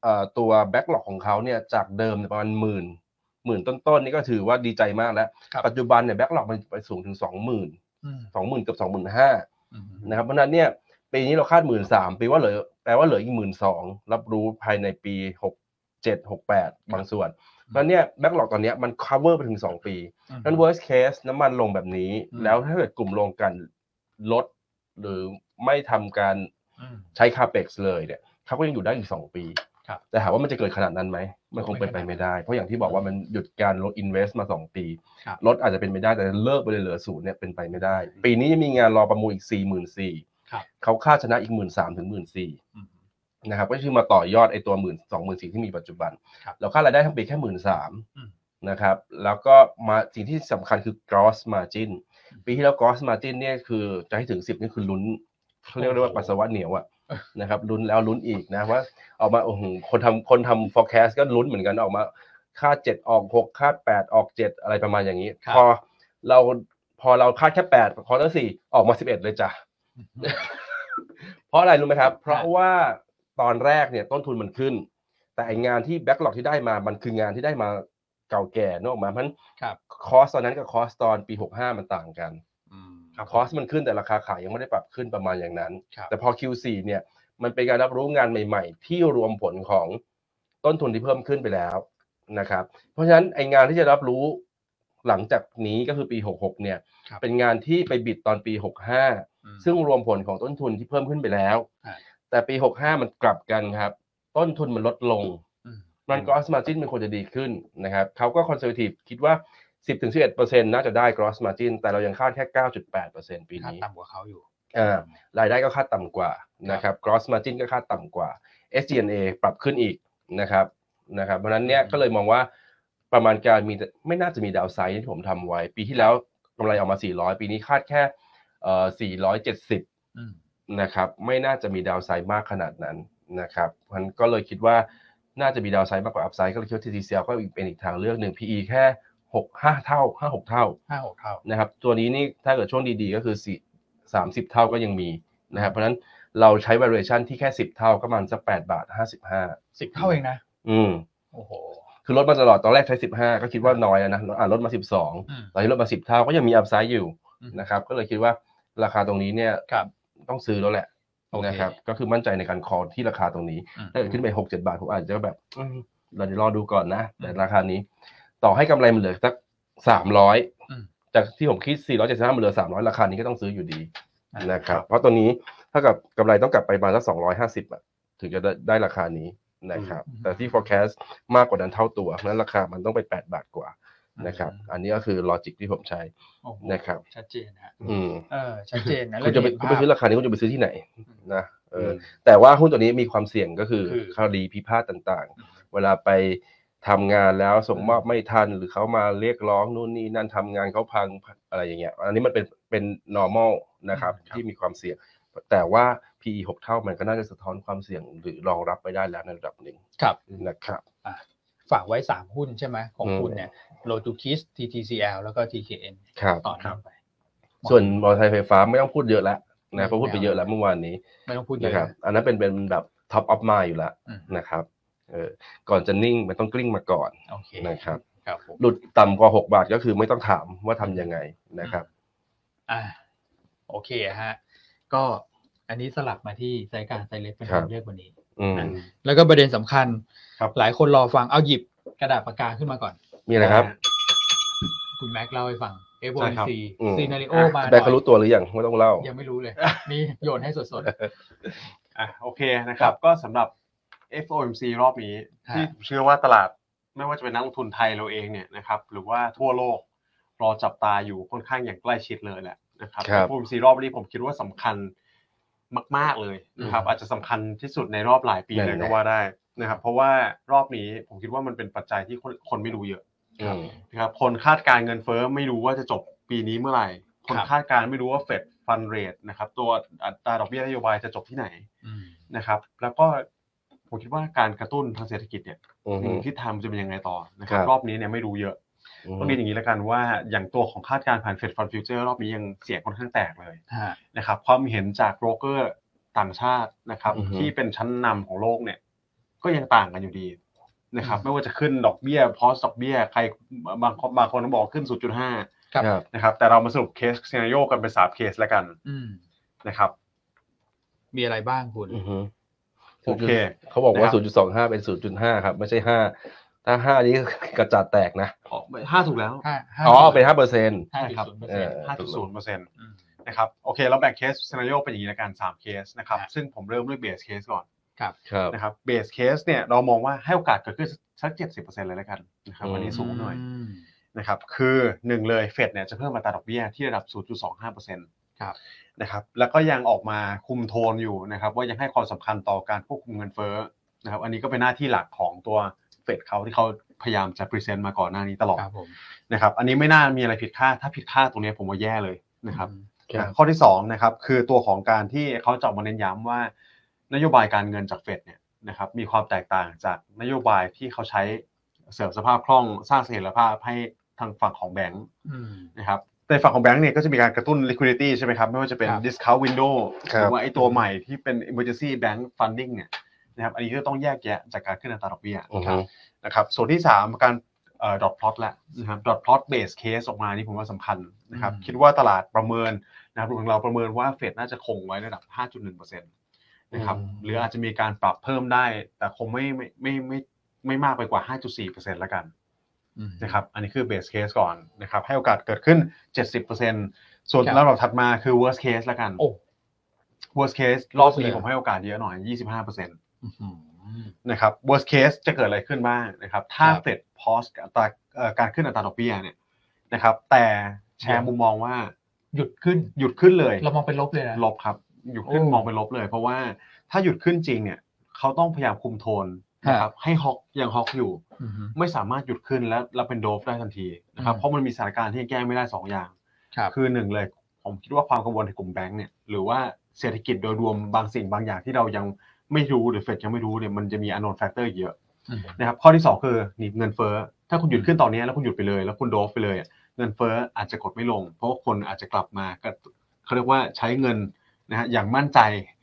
เอ่อตัว backlog ของเขาเนี่ยจากเดิมเนี่ยประมาณหมื่นหมื่นต้นๆนี่ก็ถือว่าดีใจมากแล้ว
ครับ
ปัจจุบันเนี่ย backlog มันไปสูงถึง 20,000
อืม
20,000เกับ25,000
อืม
นะครับเพราะฉะนั้นเนี่ยปีนี้เราคาดหมื่นสามปีว่าเหลือแปลว่าเหลืออีกหมื่นสองรับรู้ภายในปีหกเจ็ดหกแปดบางส่วน เพราะฉะนั้นเนี่ยแบ็กหลอกตอนเนี้ยมัน cover ไปถึงสองปีนั้น worst case น้ำมันลงแบบนี้
อืม
แล้วถ้าเกิดกลุ่มโรงกลันลด หรือไม่ทำการ
อืม
ใช้ capex เลยเนี่ยเขาก็ยังอยู่ได้อีกสองปี
ครับ
แต่ถามว่ามันจะเกิดขนาดนั้นไหม มันคงเป็นไปไม่ได้ เพราะอย่างที่บอกว่ามันหยุดการลด invest มาสองปี
ครับ
ลดอาจจะเป็นไปได้แต่เลิกไปเลยเหลือศูนย์เนี่ยเป็นไปไม่ได้ ปีนี้ยังมีงานรอประมูลอีกสี่หมื่นสี่ เขาค่าดชนะอีกหมื่นสามถึงหมื่นสี่
อืม
นะครับก็คือมาต่อยอดไอ้ตัวหมื่นสองหมื่นสี่ที่มีปัจจุบัน
ครับ
เราค่าดรายได้ทั้งปีแค่หมื่นสาม
อืม
นะครับ แล้วก็มาสิ่งที่สำคัญคือ gross margin
อืม
ปีที่แล้ว gross margin เนี่ยคือจะให้ถึงสิบนี่คือลุ้นเขาเรียกได้ว่าปัสสาวะเหนียวอะ นะครับลุ้นแล้วลุ้นอีกนะว่าออกมาโอ้โหคนทำคนทำ forecast ก็ลุ้นเหมือนกันออกมาค่าดเจ็ดออกหกค่าดแปดออกเจ็ดอะไรประมาณอย่างนี้
ครับ
พอเราพอเราคาดแค่แปดคอร์เตอร์สี่ออกมาสิบเอ็ดเลยจ้ะ เพราะอะไรรู้ไหมครับ เพราะว่าตอนแรกเนี่ยต้นทุนมันขึ้น แต่ไองานที่แบ็กหลอกที่ได้มา มันคืองานที่ได้มาเก่าแก่นกออกมาเพราะฉะนั้น
ครับ
คอสตอนนั้นกับคอสตอนปี 65 มันต่างกัน
ครับ
คอสมันขึ้นแต่ราคาขายยังไม่ได้ปรับขึ้นประมาณอย่างนั้น
ครับ
แต่พอ Q4 เนี่ยมันเป็นการรับรู้งานใหม่ ๆ ที่รวมผลของต้นทุนที่เพิ่มขึ้นไปแล้วนะครับ เพราะฉะนั้นไองานที่จะรับรู้หลังจากนี้ก็คือปี 66 เนี่ย
ครับ
เป็นงานที่ไปบิดตอนปี 65 ซึ่งรวมผลของต้นทุนที่เพิ่มขึ้นไปแล้ว
อ่า
แต่ปี 65 มันกลับกันครับ ต้นทุนมันลดลง
อืม
มันก o อสมาจินมันควรจะดีขึ้นนะครับเขาก็คอนเซอร์ทีฟคิดว่า 10-11%น่าจะได้ gross margin แต่เรายังคาดแค่ 9.8%ปี
ค่า
นี้
ต่ำกว่าเขาอยู่
อ่ารายได้ก็คาดต่ำกว่านะครับ gross margin ก็คาดต่ำกว่า SG&A ปรับขึ้นอีกนะครับนะครับเพราะฉะนั้นเนี่ย
อืม
ก็เลยมองว่าประมาณการมีไม่น่าจะมีดาวไซด์ที่ผมทำไว้ ปีที่แล้วกำไรออกมา 400 ปีนี้คาดแค่เอ่อ470
อืม
นะครับไม่น่าจะมีดาวไซด์มากขนาดนั้นนะครับมันก็เลยคิดว่าน่าจะมีดาวไซด์มากกว่าอัพไซด์ก็เลยคิดว่า TTCL ก็อีกเป็นอีกทางเลือกหนึ่ง PE แค่6 5 เท่า 5 6 เท่า
ห้าหกเท่า
นะครับตัวนี้นี่ถ้าเกิดช่วงดีๆก็คือ4 30 เท่าก็ยังมีนะครับเพราะฉะนั้นเราใช้ valuation ที่แค่ 10 เท่าก็ประมันสัก8บาท 55
สิบเท่าเองนะ
อืม
โอ้โห
คือลดมาตลอดตอนแรกใช้ 15 ก็คิดว่าน้อยแล้วนะอ่ะลดมา 12
อืม
ตอนนี้ลดมา 10 เท่าก็ยังมีอัพไซด์อยู่
อืม
นะครับก็เลยคิดว่าราคาตรงนี้เนี่ย
ครับ
ต้องซื้อแล้วแหละ
โอเค
นะครับก็คือมั่นใจในการคอที่ราคาตรงนี้
อืม
ถ้าเกิดขึ้นไปหกเจ็ดบาทผมอาจจะแบบอืมเราจะรอดูก่อนนะ แต่ราคานี้ ต่อให้กำไรมันเหลือสักสามร้อย
อืม
จากที่ผมคิดสี่ร้อยเจ็ดสิบห้ามันเหลือสามร้อยราคานี้ก็ต้องซื้ออยู่ดี
อ่ะ
นะครับ เพราะตัวนี้ถ้ากับกำไรต้องกลับไปประมาณสักสองร้อยห้าสิบอะถึงจะได้ได้ราคานี้นะครับ แต่ที่ forecast มากกว่านั้นเท่าตัวเพราะฉะนั้นราคามันต้องไปแปดบาทกว่านะครับ อันนี้ก็คือลอจิกที่ผมใช้
โอ้โห
นะครับ
ชัดเจนฮะ
อืม
เออ ชัดเจนนะ
คุณจะไป
เห็น
คุณไป
ภาพ
ซื้อราคานี้คุณจะไปซื้อที่ไหนนะเอออ
ม
แต่ว่าหุ้นตัวนี้มีความเสี่ยงก็คือ
คือ
คดีพิพาทต่างๆ เวลาไปทำงานแล้วส่งมอบไม่ทันหรือเขามาเรียกร้องนู่นนี่นั่นทำงานเขาพังอะไรอย่างเงี้ยอันนี้มันเป็นเป็น normal นะครับ
อืมครับ
ที่มีความเสี่ยง แต่ว่า PE 6 เท่ามันก็น่าจะสะท้อนความเสี่ยงหรือรองรับไปได้แล้วในระดับหนึ่ง
ครับ
นะครับ
ฝากไว้สามหุ้นใช่ไหมของ
อืม
คุณเนี่ยโลจูคิส TTCL แล้วก็ TKN
ครับ
ต่อเนื่องไป
ส่วนมอเตอร์ไซค์ไฟฟ้าไม่ต้องพูดเยอะแล้วนะเพราะพูดไป
ไม่เอา
เยอะแล้วเมื่อวานนี้
ไม่ต้องพูดเย
นะ
อะ
ครับ
นะ
อันนั้นเป็นเป็นแบบ top of mind อยู่แล้ว
อืม
นะครับเออก่อนจะนิ่งมันต้องกลิ้งมาก่อน
โอเค
นะครับ
ครับผม
หลุดต่ำกว่า 6 บาทก็คือไม่ต้องถามว่าทำยังไงนะครับ
อ่าโอเคฮะ ก็อันนี้สลับมาที่ไซกลารไซเล็กเป็น
ครับ
ทางเลือกวันนี้
อืม
แล้วก็ประเด็นสำคัญ
ครับ
หลายคนรอฟังเอาหยิบกระดาษปากกาขึ้นมาก่อน
มีอะไรครับ
คุณแม็กเล่าให้ฟัง f
ใช่ครั
o
บ
c
อืม
ซีนาริโอมาห
แต่
น่
เขา
อ
รู้ตัวหรือยังไม่ต้องเล่าย
ยังไม่รู้เลย นี่โยนให้สด
อ่ะโอเคนะครับก็สำหรับ FOMC รอบนี้
ฮะ
ที่เชื่อว่าตลาดไม่ว่าจะเป็นนักลงทุนไทยเราเองเนี่ยนะครับหรือว่าทั่วโลกรอจับตาอยู่ค่อนข้างอย่างใกล้ชิดเลยแหละนะครับ
ครับ
FOMC รอบนี้ผมคิดว่าสำคัญมาก ๆเลยนะครับ อาจจะสำคัญที่สุดในรอบหลายปี
นั่นแห
เล
ละ
ยก็ว่าได้นะครับ เพราะว่ารอบนี้ผมคิดว่ามันเป็นปัจจัยที่คนคนไม่รู้เยอะ
อืม
นะครับคนคาดการณ์เงินเฟ้อไม่รู้ว่าจะจบปีนี้เมื่อไหร่ คน
ครับ
คาดการณ์ไม่รู้ว่าเฟดฟันเรทนะครับตัวอัตราดอกเบี้ยนโยบายจะจบที่ไหน
ๆอืม
นะครับ แล้วก็ผมคิดว่าการกระตุ้นทางเศรษฐกิจเนี่ย
อืม
ทิศทางมันจะเป็นยังไงต่อนะครับ
ครับ
รอบนี้เนี่ยไม่รู้เยอะต้องเรียนอย่างนี้แล้วกันว่าอย่างตัวของคาดการณ์ผ่านเฟดฟันฟิวเจอร์รอบนี้ยังเสียงค่อนข้างแตกเลย
ฮะ
นะครับความเห็นจากโบรกเกอร์ต่างชาตินะครับ
อือฮึ
ที่เป็นชั้นนำของโลกเนี่ยก็ยังต่างกันอยู่ดีนะครับ
อืม
ไม่ว่าจะขึ้นดอกเบี้ยพอสดอกเบี้ยใครบางคนบางคนก็บอกขึ้น 0.5
ครับ
ครับ
นะครับแต่เรามาสรุปเคสซีนาริโอกันเป็นสามเคสแล้วกัน
อืม
นะครับ
มีอะไรบ้างคุณ
อือฮึ
โอเค
เขาบอกว่า
นะครับ
0.25 เป็น 0.5 ครับ ไม่ใช่ 5 ถ้า 5 นี้กระจัดแตกนะ
อ๋อห้าถูกแล้ว
ห้าห้า
อ๋อ เป็น 5 เปอร์เซ็นต์
ห้าจุด
ครับ
ศูนย์เปอร์
เออ
เซ็นต์
ห้าจุดศูนย์เปอร์เซ็นต์
อืม
นะครับโอเคเราแบ่งเคสซีนาริโอเป็นอย่างนี้ละกันสามเคสนะครับ
ฮะ
ซึ่งผมเริ่มด้วยเบสเคสก่อน
ครับ
นะครับเบสเคสเนี่ยเรามองว่าให้โอกาสเกิดขึ้นสักเจ็ดสิบเปอร์เซ็นต์เลยละกันนะครับ
อืม
วันนี้สูงหน่อย
ม
นะครับคือหนึ่งเลยเฟดเนี่ยจะเพิ่มอัตราดอกเบี้ยที่ระดับ 0.25เปอร์เซ็นต์
ครับ
นะครับแล้วก็ยังออกมาคุมโทนอยู่นะครับว่ายังให้ความสำคัญต่อการควบคุมเงินเฟ้อนะครับอันนี้ก็เป็นหน้าที่หลักของตัวเฟดเขาที่เขาพยายามจะพรีเซนต์มาก่อนหน้านี้ตลอด
ครับผม
นะครับอันนี้ไม่น่ามีอะไรผิดคาดถ้าผิดคาดตรงเนี้ยผมว่าแย่เลยนะครับ
อืม
อ่ะข้อที่2นะครับคือตัวของการที่เขาเจาะมาเน้นย้ำว่า นโยบายการเงินจากเฟดเนี่ยนะครับมีความแตกต่างจากนโยบายที่เขาใช้เสริมสภาพคล่องสร้างเสถียรภาพให้ทางฝั่งของแบงก์
อืม
นะครับในฝั่งของแบงก์เนี่ยก็จะมีการกระตุ้น liquidity ใช่ไหมครับ ไม่ว่าจะเป็น
ครับ
discount window
ครั
ห
บ
รือว่าไอ้ตัวใหม่ที่เป็น emergency bank funding เนี่ยนะครับอันนี้ก็ต้องแยกแยะจากการขึ้นอัตราดอกเบี้ย
อือ
นะค
ฮึ
รับ นะครับส่วนที่ 3 การดอทพลอตละนะครับดอทพลอตเบสเคสออกมานี่ผมว่าสำคัญนะครับ
อืม
คิดว่าตลาดประเมินนะครับรวมถึงเราประเมินว่าเฟดน่าจะคงไว้ระดับ 5.1%นะครับ
อืม
หรืออาจจะมีการปรับเพิ่มได้ แต่คงไม่ไม่ไม่ไม่ไม่มากไปกว่า 5.4%ละกัน
อืม
นะครับอันนี้คือเบสเคสก่อนนะครับให้โอกาสเกิดขึ้น 70%ส่วน
ครับ
ระดับถัดมาคือ worst case ละกัน
โอ้
worst case รอบนี้
เลยเหรอ
ผมให้โอกาสเยอะหน่อย 25%
อื้อหือ
นะครับ worst case จะเกิดอะไรขึ้นบ้างนะครับ ถ้า
ครับ
เฟดพอสอัตราเอ่อการขึ้นอัตราดอกเบี้ยเนี่ยนะครับ แต่แช
ครั
ร์
บ
มุมมองว่า
หยุดขึ้น
หยุดขึ้นเลย
เรามองเป็นลบเลยนะ
ลบครับ หยุดขึ้น
โอ้
มองเป็นลบเลย เพราะว่าถ้าหยุดขึ้นจริงเนี่ยเขาต้องพยายามคุมโทน
ครับ
นะครับให้ฮอกยังฮอกอยู่
อือหือ
ไม่สามารถหยุดขึ้นและเราเป็นโดฟได้ทันทีนะครับ
อืม
เพราะมันมีสถานการณ์ที่แก้ไม่ได้สองอย่าง
ครับ
คือหนึ่งเลยผมคิดว่าความกังวลในกลุ่มแบงก์เนี่ยหรือว่าเศรษฐกิจโดยรวมบางสิ่งบางอย่างที่เรายังไม่รู้หรือเฟดยังไม่รู้เนี่ยมันจะมีอนนแฟกเตอร์เยอะ นะครับข้อที่ 2 คือหนีบเงินเฟ้อถ้าคุณหยุดขึ้นตอนนี้แล้วคุณหยุดไปเลย แล้วคุณโดฟไปเลยอะเงินเฟ้ออาจจะกดไม่ลง เพราะว่าคนอาจจะกลับมาก็เขาเรียกว่าใช้เงินนะฮะอย่างมั่นใจ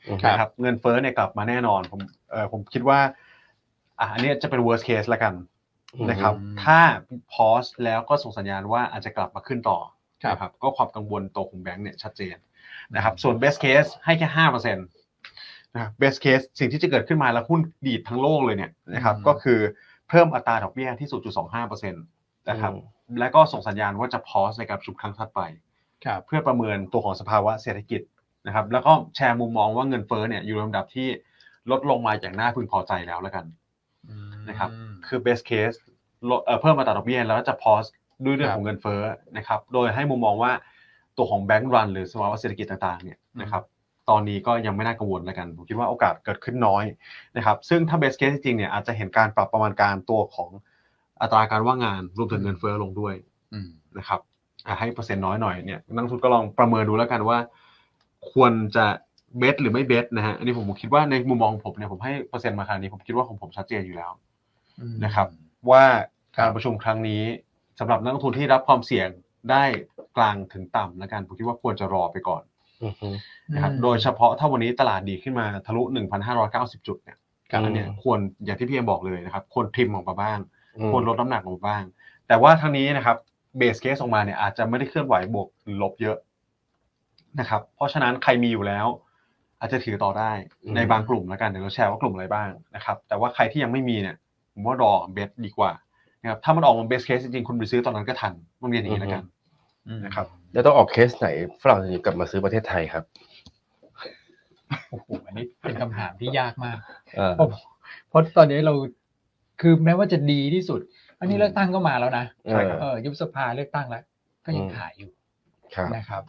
ครับ
นะครับเงินเฟ้อเนี่ยกลับมาแน่นอนผมเออผมคิดว่าอ่ะอันเนี้ยจะเป็น worst case ละกันนะครับ
อืม
ถ้า pause แล้วก็ส่งสัญญาณว่าอาจจะกลับมาขึ้นต่อ
ครับ
นะครับก็ความกังวลตัวของแบงก์เนี่ยชัดเจนนะครับส่วน best case ให้แค่ห้าเปอร์เซ็นต์นะครับ best case สิ่งที่จะเกิดขึ้นมาแล้วหุ้นดีดทั้งโลกเลยเนี่ยนะครับ
อืม
ก็คือเพิ่มอัตราดอกเบี้ยที่ 0.25เปอร์เซ็นต์นะครับและก็ส่งสัญญาณว่าจะพอสในการประชุมครั้งถัดไป
ครับ
เพื่อประเมินตัวของสภาวะเศรษฐกิจนะครับแล้วก็แชร์มุมมองว่าเงินเฟ้อเนี่ยอยู่ในลำดับที่ลดลงมาอย่างน่าพึงพอใจแล้วแล้วกัน นะครับ
อืม
คือ best case ลดเอ่อเพิ่มอัตราดอกเบี้ยแล้วก็จะ pause ด้วยเรื่อง
ครับ
ของเงินเฟ้อนะครับ โดยให้มุมมองว่าตัวของ bank run หรือสภาวะเศรษฐกิจต่างๆเนี่ย
อืม
นะครับ ตอนนี้ก็ยังไม่น่ากังวลแล้วกัน ผมคิดว่าโอกาสเกิดขึ้นน้อยนะครับ ซึ่งถ้า best case จริงๆเนี่ยอาจจะเห็นการปรับประมาณการตัวของอัตราการว่างงานรวมถึงเงินเฟ้อลงด้วย
อืม
นะครับอ่ะให้เปอร์เซ็นต์น้อยหน่อยเนี่ยนักลงทุนก็ลองประเมินดูแล้วกันว่า ควรจะเบสหรือไม่เบสนะฮะ อันนี้ผมคิดว่าในมุมมองของผมเนี่ยผมให้เปอร์เซ็นต์มาขนาดนี้ผมคิดว่าของผมชัดเจนอยู่แล้ว นะครับ ว่าการประชุมครั้งนี้สำหรับนักลงทุนที่รับความเสี่ยงได้กลางถึงต่ำแล้วกันผมคิดว่าควรจะรอไปก่อน
อือฮึ
นะครับ
อืม
โดยเฉพาะถ้าวันนี้ตลาดดีขึ้นมาทะลุ 1,590 จุดเนี่ย
ครับ
อันเนี้ยควรอย่างที่พี่เอ็มบอกเลยนะครับควรทริมออกมาบ้าง
อืม
ควรลดน้ำหนักลงมาบ้าง แต่ว่าทั้งนี้นะครับเบสเคสออกมาเนี่ยอาจจะไม่ได้เคลื่อนไหวบวกหรือลบเยอะนะครับเพราะฉะนั้นใครมีอยู่แล้ว อาจจะถือต่อได้
อืม
ในบางกลุ่มแล้วกันเดี๋ยวเราแชร์ว่ากลุ่มอะไรบ้างนะครับแต่ว่าใครที่ยังไม่มีเนี่ยผมว่ารอเบสดีกว่านะครับถ้ามันออกมาเบสเคสจริงๆคุณไปซื้อตอนนั้นก็ทันต้องเรียนอย่างนี้แล้วกัน
อืม
นะครับ
แล้วต้องออกเคสไหนฝรั่งถึงจะกลับมาซื้อประเทศไทยครับ
โอ้โหอันนี้เป็นคำถามที่ยากมาก
เออ
เพราะเพราะตอนนี้เราคือแม้ว่าจะดีที่สุด อันนี้เลือกตั้งก็มาแล้วนะ
ใช่ครับ
เออยุบสภาเลือกตั้งแล้ว ก็ยัง
อืม
ขายอยู่
ครับ
นะครับ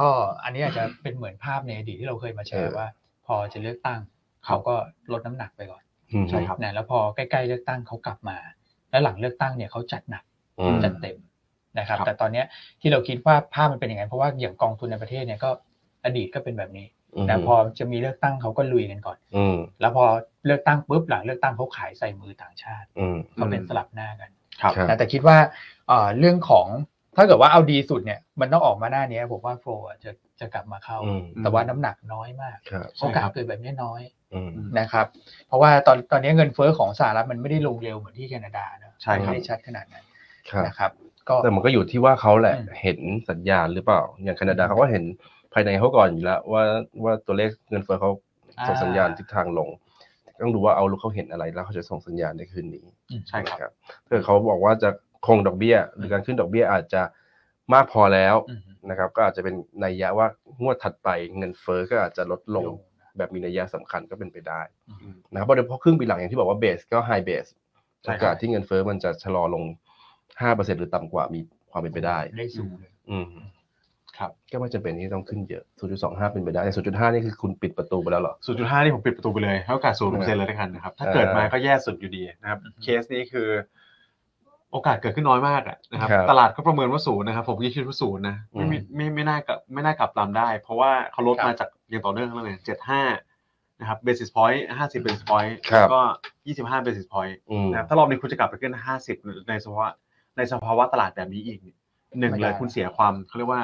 ก็อันนี้อาจจะเป็นเหมือนภาพในอดีตที่เราเคยมาแช
เอ
ร์
อ
ว่า พอจะเลือกตั้ง เขาก็ลดน้ำหนักไปก่อน
อืม
ใช่ครับ
นะแล้วพอใกล้ๆเลือกตั้งเขากลับมา แล้วหลังเลือกตั้งเนี่ยเขาจัดหนัก
อืม
จัดเต็มนะครับ
ครับ
แต่ตอนเนี้ยที่เราคิดว่าภาพมันเป็นอย่างไงเพราะว่าอย่างกองทุนในประเทศเนี่ยก็อดีตก็เป็นแบบนี้นะพอจะมีเลือกตั้งเขาก็ลุยกันก่อน
อืม
แล้วพอเลือกตั้งปุ๊บหลังเลือกตั้งเขาขายใส่มือต่างชาติ
อืม
เขาเป็นสลับหน้ากัน
ครับ
ครับ
นะแต่คิดว่าเอ่อเรื่องของถ้าเกิดว่าเอาดีสุดเนี่ยมันต้องออกมาหน้านี้ผมว่าโฟลจะจะกลับมาเข้า
อืม
แต่ว่าน้ำหนักน้อยมาก
ครับ
ใช่
โอกาส
ครับ
เกิดแบบนี้น้อย
อืม
นะครับ เพราะว่าตอนตอนนี้เงินเฟ้อของสหรัฐมันไม่ได้ลงเร็วเหมือนที่แคนาดานะ
ใช่ครับ
ไม่ได้ชัดขนาดนั้น
ครับ
นะครับ ก็
แต่มันก็อยู่ที่ว่าเขาแหละ
อืม
เห็นสัญญาณหรือเปล่า อย่างแคนาดาเขาก็เห็นภายในเขาก่อนอยู่แล้วว่าว่าตัวเลขเงินเฟ้อเขาส่ง
อ่า
สัญญาณทิศทางลง ต้องดูว่าเอาลูกเขาเห็นอะไรแล้วเขาจะส่งสัญญาณในคืนนี้
ใช่ครับ
นะถ้าเกิดเขาบอกว่าจะคงดอกเบี้ย หรือการขึ้นดอกเบี้ยอาจจะมากพอแล้ว
อืม
นะครับ ก็อาจจะเป็นนัยยะว่างวดถัดไปเงินเฟ้อก็อาจจะลดลงแบบมีนัยยะสำคัญก็เป็นไปได้ นะครับเพราะเดี๋ยวพอครึ่งปีหลังอย่างที่บอกว่าเบสก็ไฮเบส
ใช่
โอ
ครั
กาส
บ
ที่เงินเฟ้อมันจะชะลอลง 5%หรือต่ำกว่ามีความเป็นไปได้
ได้สูงเลย
อืม
ครับ
ก็ไม่จำเป็นที่ต้องขึ้นเยอะ 0.25 เป็นไปได้แต่0.5 นี่คือคุณปิดประตูไปแล้วเหรอ
0.5นี่ผมปิดประตูไปเลยให้โอกาส 0%เลยด้วยกันนะครับ ถ้าเกิดมาก็แย่สุดอยู่ดีนะครับ
อือฮึ
เคสนี้คือ โอกาสเกิดขึ้นน้อยมากอะนะครับ
ครับ
ตลาดก็ประเมินว่าศูนย์นะครับ ผมยิ่งคิดว่าศูนย์นะไม่มี
อืม
ไม่ไม่น่ากลับไม่น่ากลับตามได้ เพราะว่าเขาลดมาจากอย่างต่อเนื่องแล้วเนี่ย 75 นะครับ basis point 50 basis point
ครับ
ก็ 25 basis point
อืม
นะครับถ้ารอบนี้คุณจะกลับไปขึ้น 50 ในสภาวะในสภาวะตลาดแบบนี้อีกเนี่ยหนึ่ง
ไม่
เล
ได้
ยคุณเสียความเขาเรียกว่า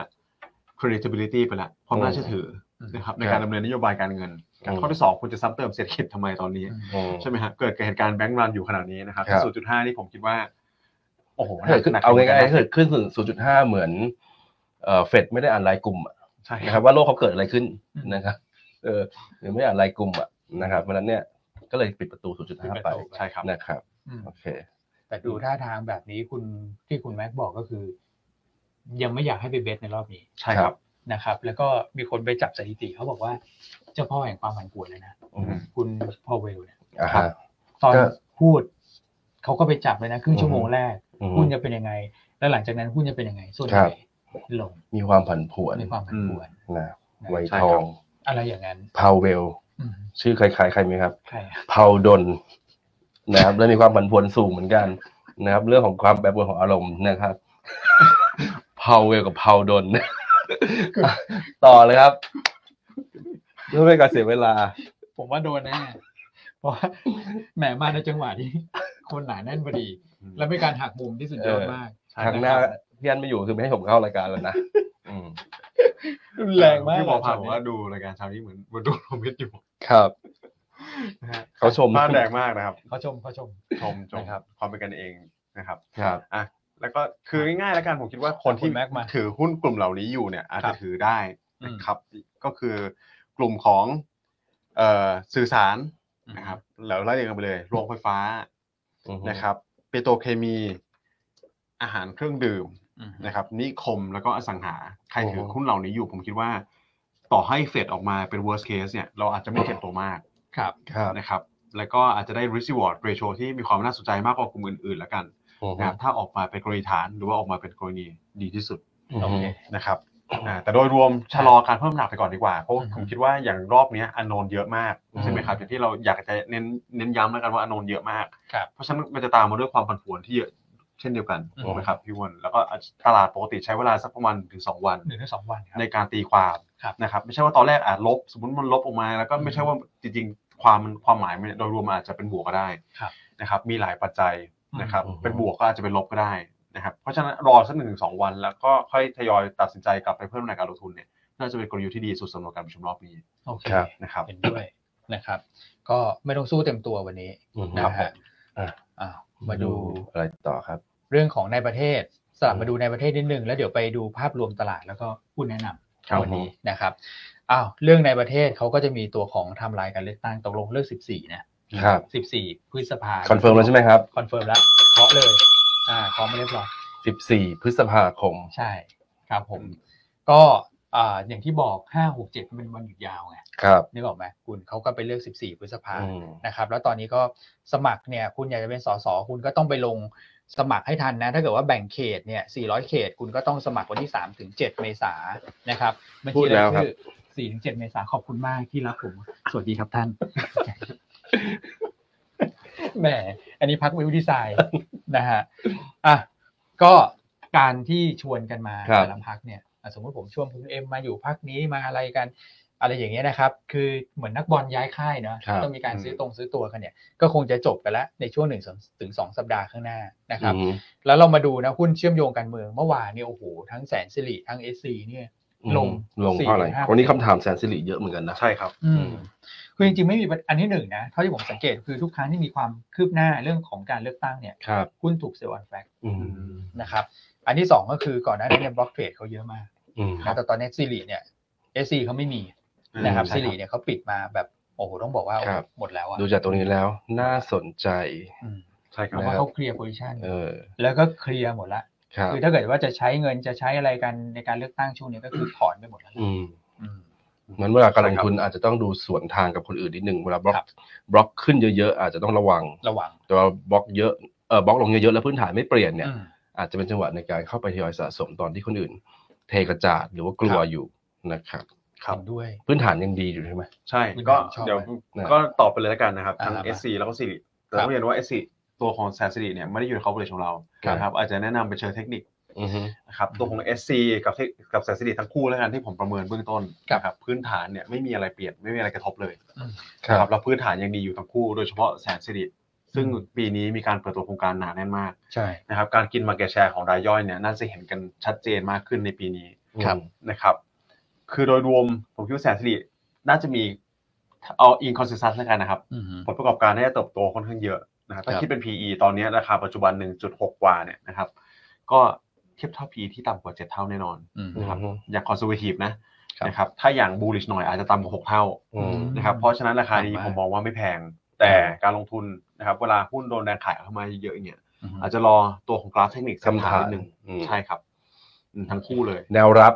credibility ไปละความน่าเชื่อถือ
อืม
นะครั
ครั
บ
บ
ในการดำเนินนโยบายการเงิน
อืม
ข้อที่สองคุณจะซ้ำเติมเศรษฐกิจทำไมตอนนี้
อืม
ใช่ไหมฮะเกิดกับเหตุการณ์แบงก์รันอยู่ขนาดนี้นะครับ
ครับ
ศูนย์จุดห้านี่ผมคิดว่า โอ้โห
ถ้าเกิดขึ้น
หนัก
เอา
หมื
ง่า
นกัน
ยๆ
นะ
ถ้าเกิดขึ้นศูนย์จุดห้าเหมือนเอ่อเฟดไม่ได้อ่านรายกลุ่มอะ
ใช่
นะ
ค
ค
รั
รั
บบ
ว่าโลกเขาเกิดอะไรขึ้น
อืม
นะครับเออหรือไม่อ่านรายกลุ่มอ่ะนะครับเพราะฉะนั้นเนี่ยก็เลยปิดประตูศูนย์จุดห้าไป
ใช่ครับ
นะครับ
อืม
โอเค
แต่ดูท่าทางแบบนี้คุณที่คุณแม็กบอกก็คือ ยังไม่อยากให้ไปเบสในรอบนี้
ใช่ครับ
นะครับ แล้วก็มีคนไปจับสถิติเขาบอกว่า เจ้าพ่อแห่งความผันผวนเลยนะ
อืม
คุณพอเวลเนี่ย
อ่าฮะ
ตอน
ก็
พูดเขาก็ไปจับเลยนะครึ่งชั่วโมง
อืม
แรก
อืม
หุ้นจะเป็นยังไง แล้วหลังจากนั้นหุ้นจะเป็นยังไง ส่วนให
ครั
ญ่
บ
ลง
มีความผันผวน
ในความผันผวน
นะ
อืม
ไว
ใช่
ท
ค
อ
รับ
ง
อะไรอย่างนั้น
พาวเวล
อืม
ชื่อคล้ายๆใครไหมครับ
ใครอะ
เผาดนนะครับ และมีความผันผวนสูงเหมือนกันนะครับ เรื่องของความแปรปรวนของอารมณ์นะครับ เผาเวลกับเผาดนต่อเลยครับเพื่อไม่ให้การเสียเวลา
ผมว่าโดนแน่เพราะว่าแหมมาในจังหวะที่ คนหนาแน่นพอดี และเป็นการหักมุมที่สุดยอด
เออ
มาก
ใช่
ครั้งหน้าพี่อันไม่อยู่คือไม่ให้ผมเข้ารายการแล้วนะอืม
รุนแรงมาก
พี่หมอผ่าน
เลย
ว่าดูรายการเช้านี้เหมือนเหมือนดูโรมิดอยู่
ครับ
นะฮะ
เขาชม
ภาพแดงมากนะครับ
เขาชมเขาชม
ชมชม
นะครับ
ความเป็นกันเองนะครับ
ครับ
แล้วก็คือง่ายๆแล้วกันผมคิดว่าคน
ข
ที่
อบคุณแม็กมา
ถือหุ้นกลุ่มเหล่านี้อยู่เนี่ย อาจ
ครั
จะ
บ
ถือได้นะครับ ก็คือกลุ่มของเอ่อสื่อสารนะครับแล้วไล่เรียงกันไปเลยโรงไฟฟ้า
อือฮึ
นะครับเปโตรเคมีอาหารเครื่องดื่มนะครับ นิคมแล้วก็อสังหา ใครถือหุ้นเหล่านี้อยู่ ผมคิดว่า ต่อให้เฟดออกมาเป็น worst case เนี่ยเราอาจจะไม่เจ็บตัวมาก
ค รับ
ครับ
นะครับ แล้วก็อาจจะได้ risk reward ratio ที่มีความน่าสนใจมากกว่ากลุ่มอื่นๆ แล้วกัน
อือฮึ
นะครับ ถ้าออกมาเป็นกรณีฐานหรือว่าออกมาเป็นกรณีดีที่สุด
โอเค
นะครับอ่าแต่โดยรวมชะลอการเพิ่มหนักไปก่อนดีกว่า เพราะว่า
อือฮึ
ผมคิดว่าอย่างรอบเนี้ยอโนนเยอะมากใช่ไหมครับ อย่างที่เราอยากจะเน้นเน้นย้ำแล้วกันว่าอโนนเยอะมาก
ครับ
เพราะฉะนั้นมันจะตามมาด้วยความผันผวนที่เยอะเช่นเดียวกัน
อือฮึ
ถูกไหมครับพี่อ้วันแล้วก็ตลาดปกติใช้เวลาสักประมาณถึงสองวัน
หนึ่งถึงสองวันครับ
ในการตีความ
ครับ
นะครับ ไม่ใช่ว่าตอนแรกอาจลบ สมมติมันลบออกมาแล้วก็ไม่ใช่ว่าจริงๆ ความมันความหมายมันโดยรวมมันอาจจะเป็นบวกก็ได้
ครับ
นะครับ มีหลายปัจจัยนะครับ
อืม
เป็นบวกก็อาจจะเป็นลบก็ได้นะครับ เพราะฉะนั้นรอสักหนึ่งถึงสองวัน แล้วก็ค่อยทยอยตัดสินใจกลับไปเพิ่มในการลงทุนเนี่ยน่าจะเป็นกลยุทธ์ที่ดีสุดสำหรับการประชุมรอบนี้
โอเค
ครับ
นะครับ
เห็นด้วยนะครับ ก็ไม่ต้องสู้เต็มตัววันนี้
อือฮึ
นะครับ ฮะ
อ่ะ
อ้าวมาดู
อะไรต่อครับ
เรื่องของในประเทศสลับ
อืม
มาดูในประเทศนิดนึงแล้วเดี๋ยวไปดูภาพรวมตลาดแล้วก็พูดแนะน
ครับ
ำวันี้นะครับอ้าวเรื่องในประเทศเขาก็จะมีตัวของไทำลายการเลือกตั้งตกลงเลือก 14 นะ
ครับ
14 พฤษภา
คอนเฟิร์มแล้วใช่ไหมครับ
คอนเฟิร์มแล้วเคาะเลยอ่าเคาะไม่เรียบร้อย
สิบสี่พฤษภาคม
ใช่ครับผม ก็อ่าอย่างที่บอก 5 6 7 เป็นวันหยุดยาวไง
ครับ
นึกออกไหมคุณเขาก็ไปเลือก 14 พฤษภา
อืม
นะครับแล้วตอนนี้ก็สมัครเนี่ยคุณอยากจะเป็นสสคุณก็ต้องไปลงสมัครให้ทันนะ ถ้าเกิดว่าแบ่งเขตเนี่ย 400 เขต คุณก็ต้องสมัครวันที่ 3 ถึง 7 เมษายนนะครับบัญชี
พูดแล้ว
ราย
ครับ
ชื่อ4ถึง 7 เมษายนขอบคุณมากที่รับผม สวัสดีครับ ท่าน แหม อันนี้พักไวิวดีไซน์นะฮะอ่ะก็การที่ชวนกันมา
ครับ
แต่ละพักเนี่ยอ่ะสมมติผมชวนคุณเอ็มมาอยู่พักนี้มาอะไรกัน อะไรอย่างเงี้ยนะครับ คือเหมือนนักบอลย้ายค่ายเนาะ
ครับ
ต้องมีการซื้อ
ม
ตรงซื้อตัวกันเนี่ย ก็คงจะจบกันแล้วในช่วงหนึ่งถึงสองสัปดาห์ข้างหน้านะครับ
อืม
แล้วเรามาดูนะหุ้นเชื่อมโยงการเมืองเมื่อวานเนี่ยโอ้โหทั้งแสนสิริทั้งเอซีเนี่ย ลง
ลงเพราะอะไร
4-5%
วันนี้คำถามแสนสิริเยอะเหมือนกันนะ
ใช่ครับ
อืมคือจริงๆไม่มีประอันที่หนึ่งนะเท่าที่ผมสังเกตคือทุกครั้งที่มีความคืบหน้าเรื่องของการเลือกตั้งเนี่ย
ครับ
หุ้นถูกเซลล์ออนแฟก
อืม
นะครับ อันที่สองก็คือก่อนหน้านี้เนี่ยบล็อกเทรดเขาเยอะมาก
อืม
นะแต่ตอนนี้สิริเนี่ยเอซีเขาไม่มี
อืม
นะครับ
ใช่ครับ
สิริเนี่ยเขาปิดมาแบบโอ้โหต้องบอกว่า
ครับ
หมดแล้วอะ
ดูจากตรงนี้แล้วน่าสนใจ
อืม
ใช่
เพ
ครับ
ราะว่าเขาเคลียร์โพซิชัน
เออ
แล้วก็เคลียร์หมดละ
ครับ
คือถ้าเกิดว่าจะใช้เงินจะใช้อะไรกันในการเลือกตั้งช่วงนี้ก็คือถอนไปหมดแล้วนะ
อืม
อืม
งั้นเวลาการลงทุนอาจจะต้องดูสวนทางกับคนอื่นนิดหนึ่งเวลาบล็อก
ครับ
บล็อกขึ้นเยอะๆ อาจจะต้องระวัง
ระวัง
แต่ว่าบล็อกเยอะเออบล็อกลงเยอะๆ แล้วพื้นฐานไม่เปลี่ยนเนี่ย
อืม
อาจจะเป็นจังหวะในการเข้าไปทยอยสะสมตอนที่คนอื่น เทกระจาดหรือว่ากลัว
ครับ
อยู่นะครับ
ครับ
เห็นด้วย
พื้นฐานยังดีอยู่ใช่ไหม
ใช่
คุณ
ก็
ชอบ
เดี๋ยว
ไหม
ก็ตอบไปเลยแล้วกันนะครับ ทั้ง
อ่าครับ
SC แล้วก็สิริแต่ต้องเรียนว่า SC ตัวของแสนสิริเนี่ยไม่ได้อยู่ใน coverage ของเรา
ครับ
นะครับอาจจะแนะนำเป็นเชิงเทคนิค
อือฮึ
นะครับตัวของ SC กับที่กับแสนสิริทั้งคู่แล้วกันที่ผมประเมินเบื้องต้นนะครับพื้นฐานเนี่ยไม่มีอะไรเปลี่ยนไม่มีอะไรกระทบเลย
อืม
ครับ
นะแล้วพื้นฐานยังดีอยู่ทั้งคู่ โดยเฉพาะแสนสิริซึ่งปีนี้มีการเปิดตัวโครงการหนาแน่นมาก
ใช่
นะครับการกินมาเก็ตแชร์ของรายย่อยเนี่ยน่าจะเห็นกันชัดเจนมากขึ้นในปีนี้
ครับ
นะครับ คือโดยรวมผมคิดว่าแสนสิริน่าจะมีเอาอินคอนเซนแซสแล้วกันนะครับ
อืม
ผลประกอบการน่าจะเติบโตค่อนข้างเยอะนะครับถ้า
ครับ
คิดเป็น PE ตอนนี้ราคาปัจจุบัน 1.6 กว่าเนี่ยนะครับ ก็เทียบเท่า PE ที่ต่ำกว่า 7 เท่าแน่นอน
อืม
อือฮึ
อย่างคอน s e r v a t i v e นะครับ นะครับ ถ้าอย่าง bullish หน่อยอาจจะต่ำกว่า 6 เท่า
อืม
นะครับ เพราะฉะนั้นราคานี้ผมมองว่าไม่แพง แต่การลงทุนนะครับ เวลาหุ้นโดนแรงขายเข้ามาเยอะๆอย่างเงี้ยอาจจะรอตัวของกราฟเทคนิคสัก
คำ
พั
ถาม
กหนึ่ง
อืม
ใช่ครับอืมทั้งคู่เลย
แนวรับ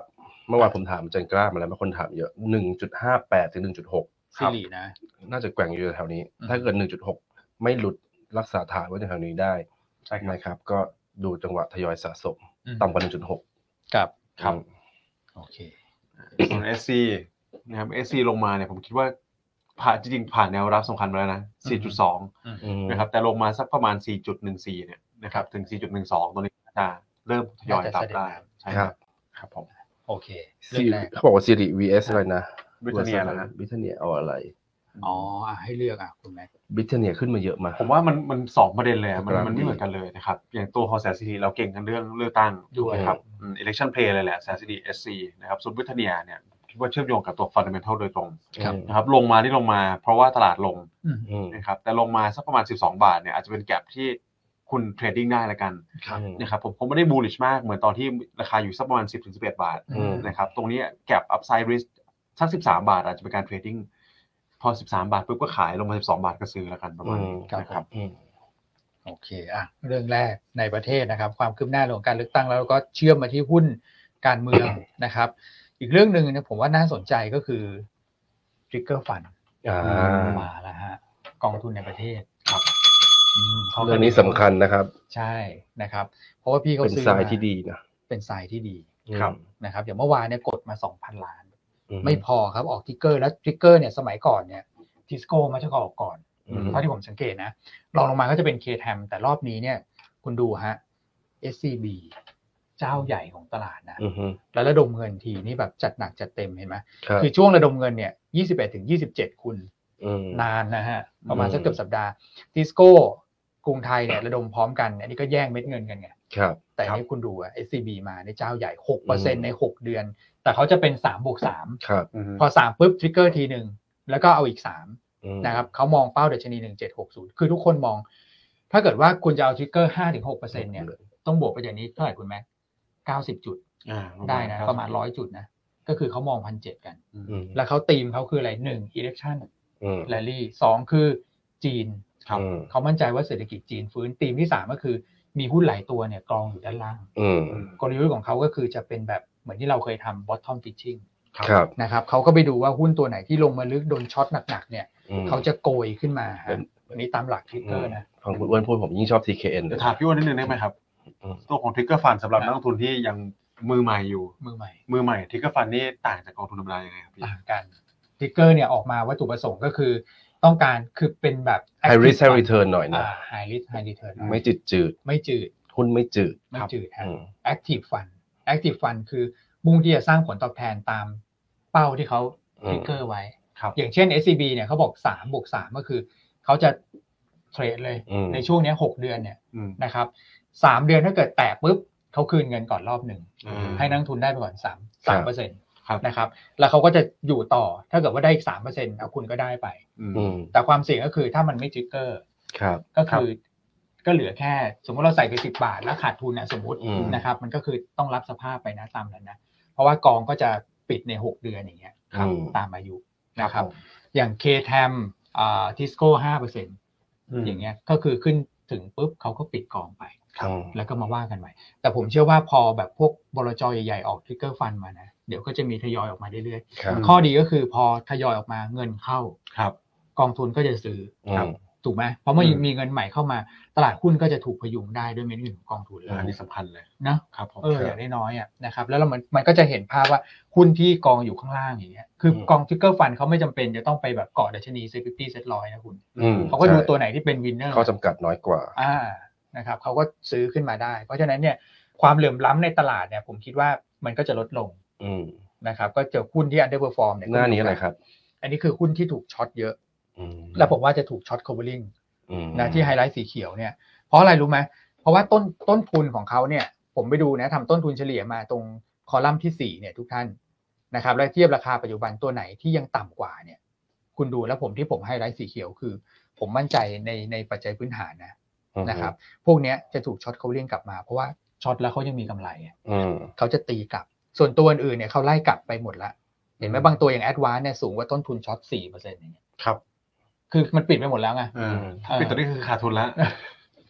เมื่อวานผมถามอาจันกล้ามาแล้วบางคนถามเยอะ 1.58 ถึง 1.6
ซีรีนะ
น่าจะแกว่งอยู่แถวๆนี้
อืม
ถ้าเกิด 1.6 ไม่หลุดรักษาฐานไว้แถวๆนี้ได้
ใช่ครับ
นะครับ ก็ดูจังหวะทยอยสะสม
อืม
ต่ำกว่า 1.6
ครับ
ครับ
โอเค
ส่วน SC นะครับ SC ลงมาเนี่ยผมคิดว่าผ่านจริงๆผ่านแนวรับสำคัญมาแล้วนะ 4.2
อืม
นะครับแต่ลงมาสักประมาณ 4.14 เนี่ยนะครับถึง 4.12 ตัวนี้น่าจะเริ่มทยอยตับได้ใช่ครับครับผม
โอเคเรื่
ซี
อง
ริ
แรก
เขาบอกว่าซีริ vs อะไรนะ
บริเตเนียนะฮะ
บิทเนียเอาอะไร
อ๋ออ่ะให้เลือกอ่ะคุณแม็ก
บิทเนียขึ้นมาเยอะมาก
ผมว่ามันมันสองประเด็นเลยอะมัน
ครับ
มันไม่เหมือนกันเลยนะครับ อย่างตัวของแสนสิริเราเก่งกันเรื่องเลือกตั้ง
ด้วย
นะครับอืม election play เลยแหละแสนสิริ SC นะครับส่วนบริเตเนียเนี่ยคิดว่าเชื่อมโยงกับตัว fundamental โดยตรง
ครับ
นะครับลงมาที่ลงมาเพราะว่าตลาดลง
อืม
อืม
นะครับแต่ลงมาสักประมาณ 12 บาทเนี่ยอาจจะเป็นแกลบที่คุณเทรดดิ้งได้ละกัน
ครับ
นะครับผมผมไม่ได้บูลลิชมากเหมือนตอนที่ราคาอยู่สักประมาณ 10-11 บาท
อืม
นะครับตรงนี้แกลบอัพไซด์ริสสัก 13 บาท อาจจะเป็นการเทรดดิ้งพอ 13 บาทปุ๊บก็ขายลงมา 12 บาทก็ซื้อละกันประมาณนี้
อืม
นะครับ
อืม
โอเคอ่ะเรื่องแรกในประเทศนะครับ ความคืบหน้าเรื่องของการเลือกตั้งแล้วก็เชื่อมมาที่หุ้นการเมือง นะครับ อีกเรื่องหนึ่งเนี่ยผมว่าน่าสนใจก็คือ Trigger Fund
อ่า
มาแล้วฮะกองทุนในประเทศ
ครับ
อืมขาก็
เรื่องนี้สำคัญนะครับ
ใช่นะครับ เพราะว่าพี่เขา
เป็น
ซื้อ
ทราย
ม
ที่ดีนะ
เป็นทรายที่ดี
ครับ
นะครับ อย่างเมื่อวานเนี่ยกดมา 2,000 ล้าน
อื
ไม่พอครับออกทิกเกอร์แล้วทิกเกอร์เนี่ยสมัยก่อนเนี่ยทิสโก้มาจะออกก่อน
อืม
เท่าที่ผมสังเกตนะรองลงมาก็จะเป็น k t a m แต่รอบนี้เนี่ย คุณดูฮะ SCB เจ้าใหญ่ของตลาดนะ
อือฮึ
แล้วระดมเงินทีนี่แบบจัดหนักจัดเต็มเห็นไหม
ครับ
คือช่วงระดมเงินเนี่ย 21ถึง27 คุณ
ม
นานนะฮะ ประมาณ
อืม
สักเกือบสัปดาห์ทิสโก้กรุงไทยเนี่ยระดมพร้อมกัน อันนี้ก็แย่งเม็ดเงินกันไง
ครับ
แต่อันนี้คุณดูอะ SCB มาในเจ้าใหญ่ 6%ใน 6 เดือน แต่เขาจะเป็น3บวก
ครับ
อืม
3พอ 3ปุ๊บทริกเกอร์ทีหนึ่งแล้วก็เอาอีก 3
อืม
นะครับเขามองเป้าดัชนี 1760 คือทุกคนมอง ถ้าเกิดว่าคุณจะเอาทริกเกอร์ 5-6%เนี่ย ต้องบวกไปอย่างนี้เท่าไหร่คุณแม่90 จุด
อ่า
ได้นะ ประมาณ 100 จุดนะ ก็คือเขามอง 1,700 กัน
อืม
แล้วเขาตีมเขาคืออะไร 1 election
อืม
rally 2 คือจีน
ครับ
อืม
เขามั่นใจว่าเศรษฐกิจจีนฟื้นตีมที่ 3 ก็คือมีหุ้นหลายตัวเนี่ยกรองอยู่ด้านล่าง
อืม
กลยุทธ์ของเขาก็คือจะเป็นแบบเหมือนที่เราเคยทำ bottom fishing
ครับ
นะครับเขาก็ไปดูว่าหุ้นตัวไหนที่ลงมาลึกโดนช็อตหนักๆเนี่ย
อืม
เขาจะโกยขึ้นมา
เป็น
อันนี้ตามหลักทริกเกอร์นะ
ฟังคุณอ้วนพูดผมยิ่งชอบ TKN เล
เดี๋ย
ยว
ถามพี่อ้วนนิดนึงได้ไหมครับ
อืม
ตัวของทริกเกอร์ฟันสำหรับนักลงทุนที่ยังมือใหม่อยู่
มือใหม่
มือใหม่ทริกเกอร์ฟันนี่ต่างจากกองทุนธรรมดายังไงครับพี่
ต่างกันทริกเกอร์เนี่ยออกมาวัตถุประสงค์ก็คือ ต้องการคือเป็นแบบ
ไฮ
active
ริสไฮ
fund
รีเทิร์นหน่อยนะ
อ่า high risk high return
ไม่จืดจืด
ไม่จืด
ๆหุ้นไม่จืด
ไม่จืดฮะ
อืม
active fund active fund คือมุ่งที่จะสร้างผลตอบแทนตามเป้าที่เขา
อื
ท
ม
ริกเกอร์ไว้
ครับ
อย่างเช่น SCB เนี่ยเขาบอก3บวก3ก็คือ เขาจะเทรดเลย
อืม
ในช่วงเนี้ย6เดือนเนี่ย
อืม
นะครับสามเดือนถ้าเกิดแตะปุ๊บเขาคืนเงินก่อนรอบหนึ่ง
อ่า
ให้นักลงทุนได้ไปก่อนสาม
ครั
สาม
บ
เปอร์เซ็นต์
ครับ
นะครับ แล้วเขาก็จะอยู่ต่อ ถ้าเกิดว่าได้อีกสามเปอร์เซ็นต์เอาคุณก็ได้ไป
อืม
อืม
แต่ความเสี่ยงก็คือถ้ามันไม่จิกเกอร์
ครับ
ก็คือ ก็เหลือแค่ สมมติเราใส่ไปสิบบาทแล้วขาดทุนนะสมมติ
อืม
นะครับ มันก็คือต้องรับสภาพไปนะตามนั้นนะ เพราะว่ากองก็จะปิดในหกเดือนอย่างเงี้ย
อืม
ตามอายุนะครับ อย่างเคแทมทิสโก้ห้าเปอร์เซ็นต์อย่างเงี้ยก็คือขึ้นถึงปุ๊บเขาก็ปิดกองไป
ครับ
แล้วก็มาว่ากันใหม่ แต่ผมเชื่อว่าพอแบบพวกบลจใหญ่ๆ ออกทริกเกอร์ฟันมานะ เดี๋ยวก็จะมีทยอยออกมาเรื่อย
ครับ
ๆ ข้อดีก็คือพอทยอยออกมาเงินเข้า
ครับ
กองทุนก็จะซื้อ
อืม
ถูกไหมเพราะเมื่อ
อืม
มีเงินใหม่เข้ามา ตลาดหุ้นก็จะถูกพยุงได้ด้วยเม็ดเงินของกองทุนเลย
อันนี้สำคัญเลย
นะครับ
ผม
เออ
ครับ
อย่างน้อยๆอ่ะนะครับแล้วเรามันมันก็จะเห็นภาพว่าหุ้นที่กองอยู่ข้างล่างอย่างเงี้ยคืออ
ม
กองทริกเกอร์ฟันเขาไม่จำเป็นจะต้องไปแบบเกาะดัชนีเซฟตี้เซ็ตร้อยนะคุณ
อืม
เขาก็ดู
ใช่
ตัวไหนที่เป็นวินเนอร์
ข้อจำกัดน้อยกว่า
อ่านะครับเขาก็ซื้อขึ้นมาได้ เพราะฉะนั้นเนี่ย ความเหลื่อมล้ำในตลาดเนี่ยผมคิดว่ามันก็จะลดลง
อืม
นะครับ ก็เจอหุ้นที่ underperform เนี่ย
หน้านี้อะไรครับ
อันนี้คือหุ้นที่ถูกช็อตเยอะ
อืม
และผมว่าจะถูกช็อต covering
อืม
นะที่ไฮไลท์สีเขียวเนี่ยเพราะอะไรรู้ไหมเพราะว่าต้นต้นทุนของเขาเนี่ยผมไปดูนะทำต้นทุนเฉลี่ยมาตรงคอลัมน์ที่สี่เนี่ยทุกท่านนะครับและเทียบราคาปัจจุบันตัวไหนที่ยังต่ำกว่าเนี่ยคุณดูแล้วผมที่ผมไฮไลท์สีเขียวคือ ผมมั่นใจในในปัจจัยพื้นฐานนะนะครับพวกเนี้ยจะถูกช็อตเขาเรียงกลับมาเพราะว่าช็อตแล้วเขายังมีกำไรอะ
อืม
เขาจะตีกลับ ส่วนตัวอื่นๆเนี่ยเขาไล่กลับไปหมดละเห็นไหมบางตัวอย่างแอดวานเนี่ยสูงกว่าต้นทุนช็อตสี่เปอร์เซ็นต์อย่างเงี้ย
ครับ
คือมันปิดไปหมดแล้วไง
เออ
เออ
คือตอนนี้คือขาดทุนแล้ว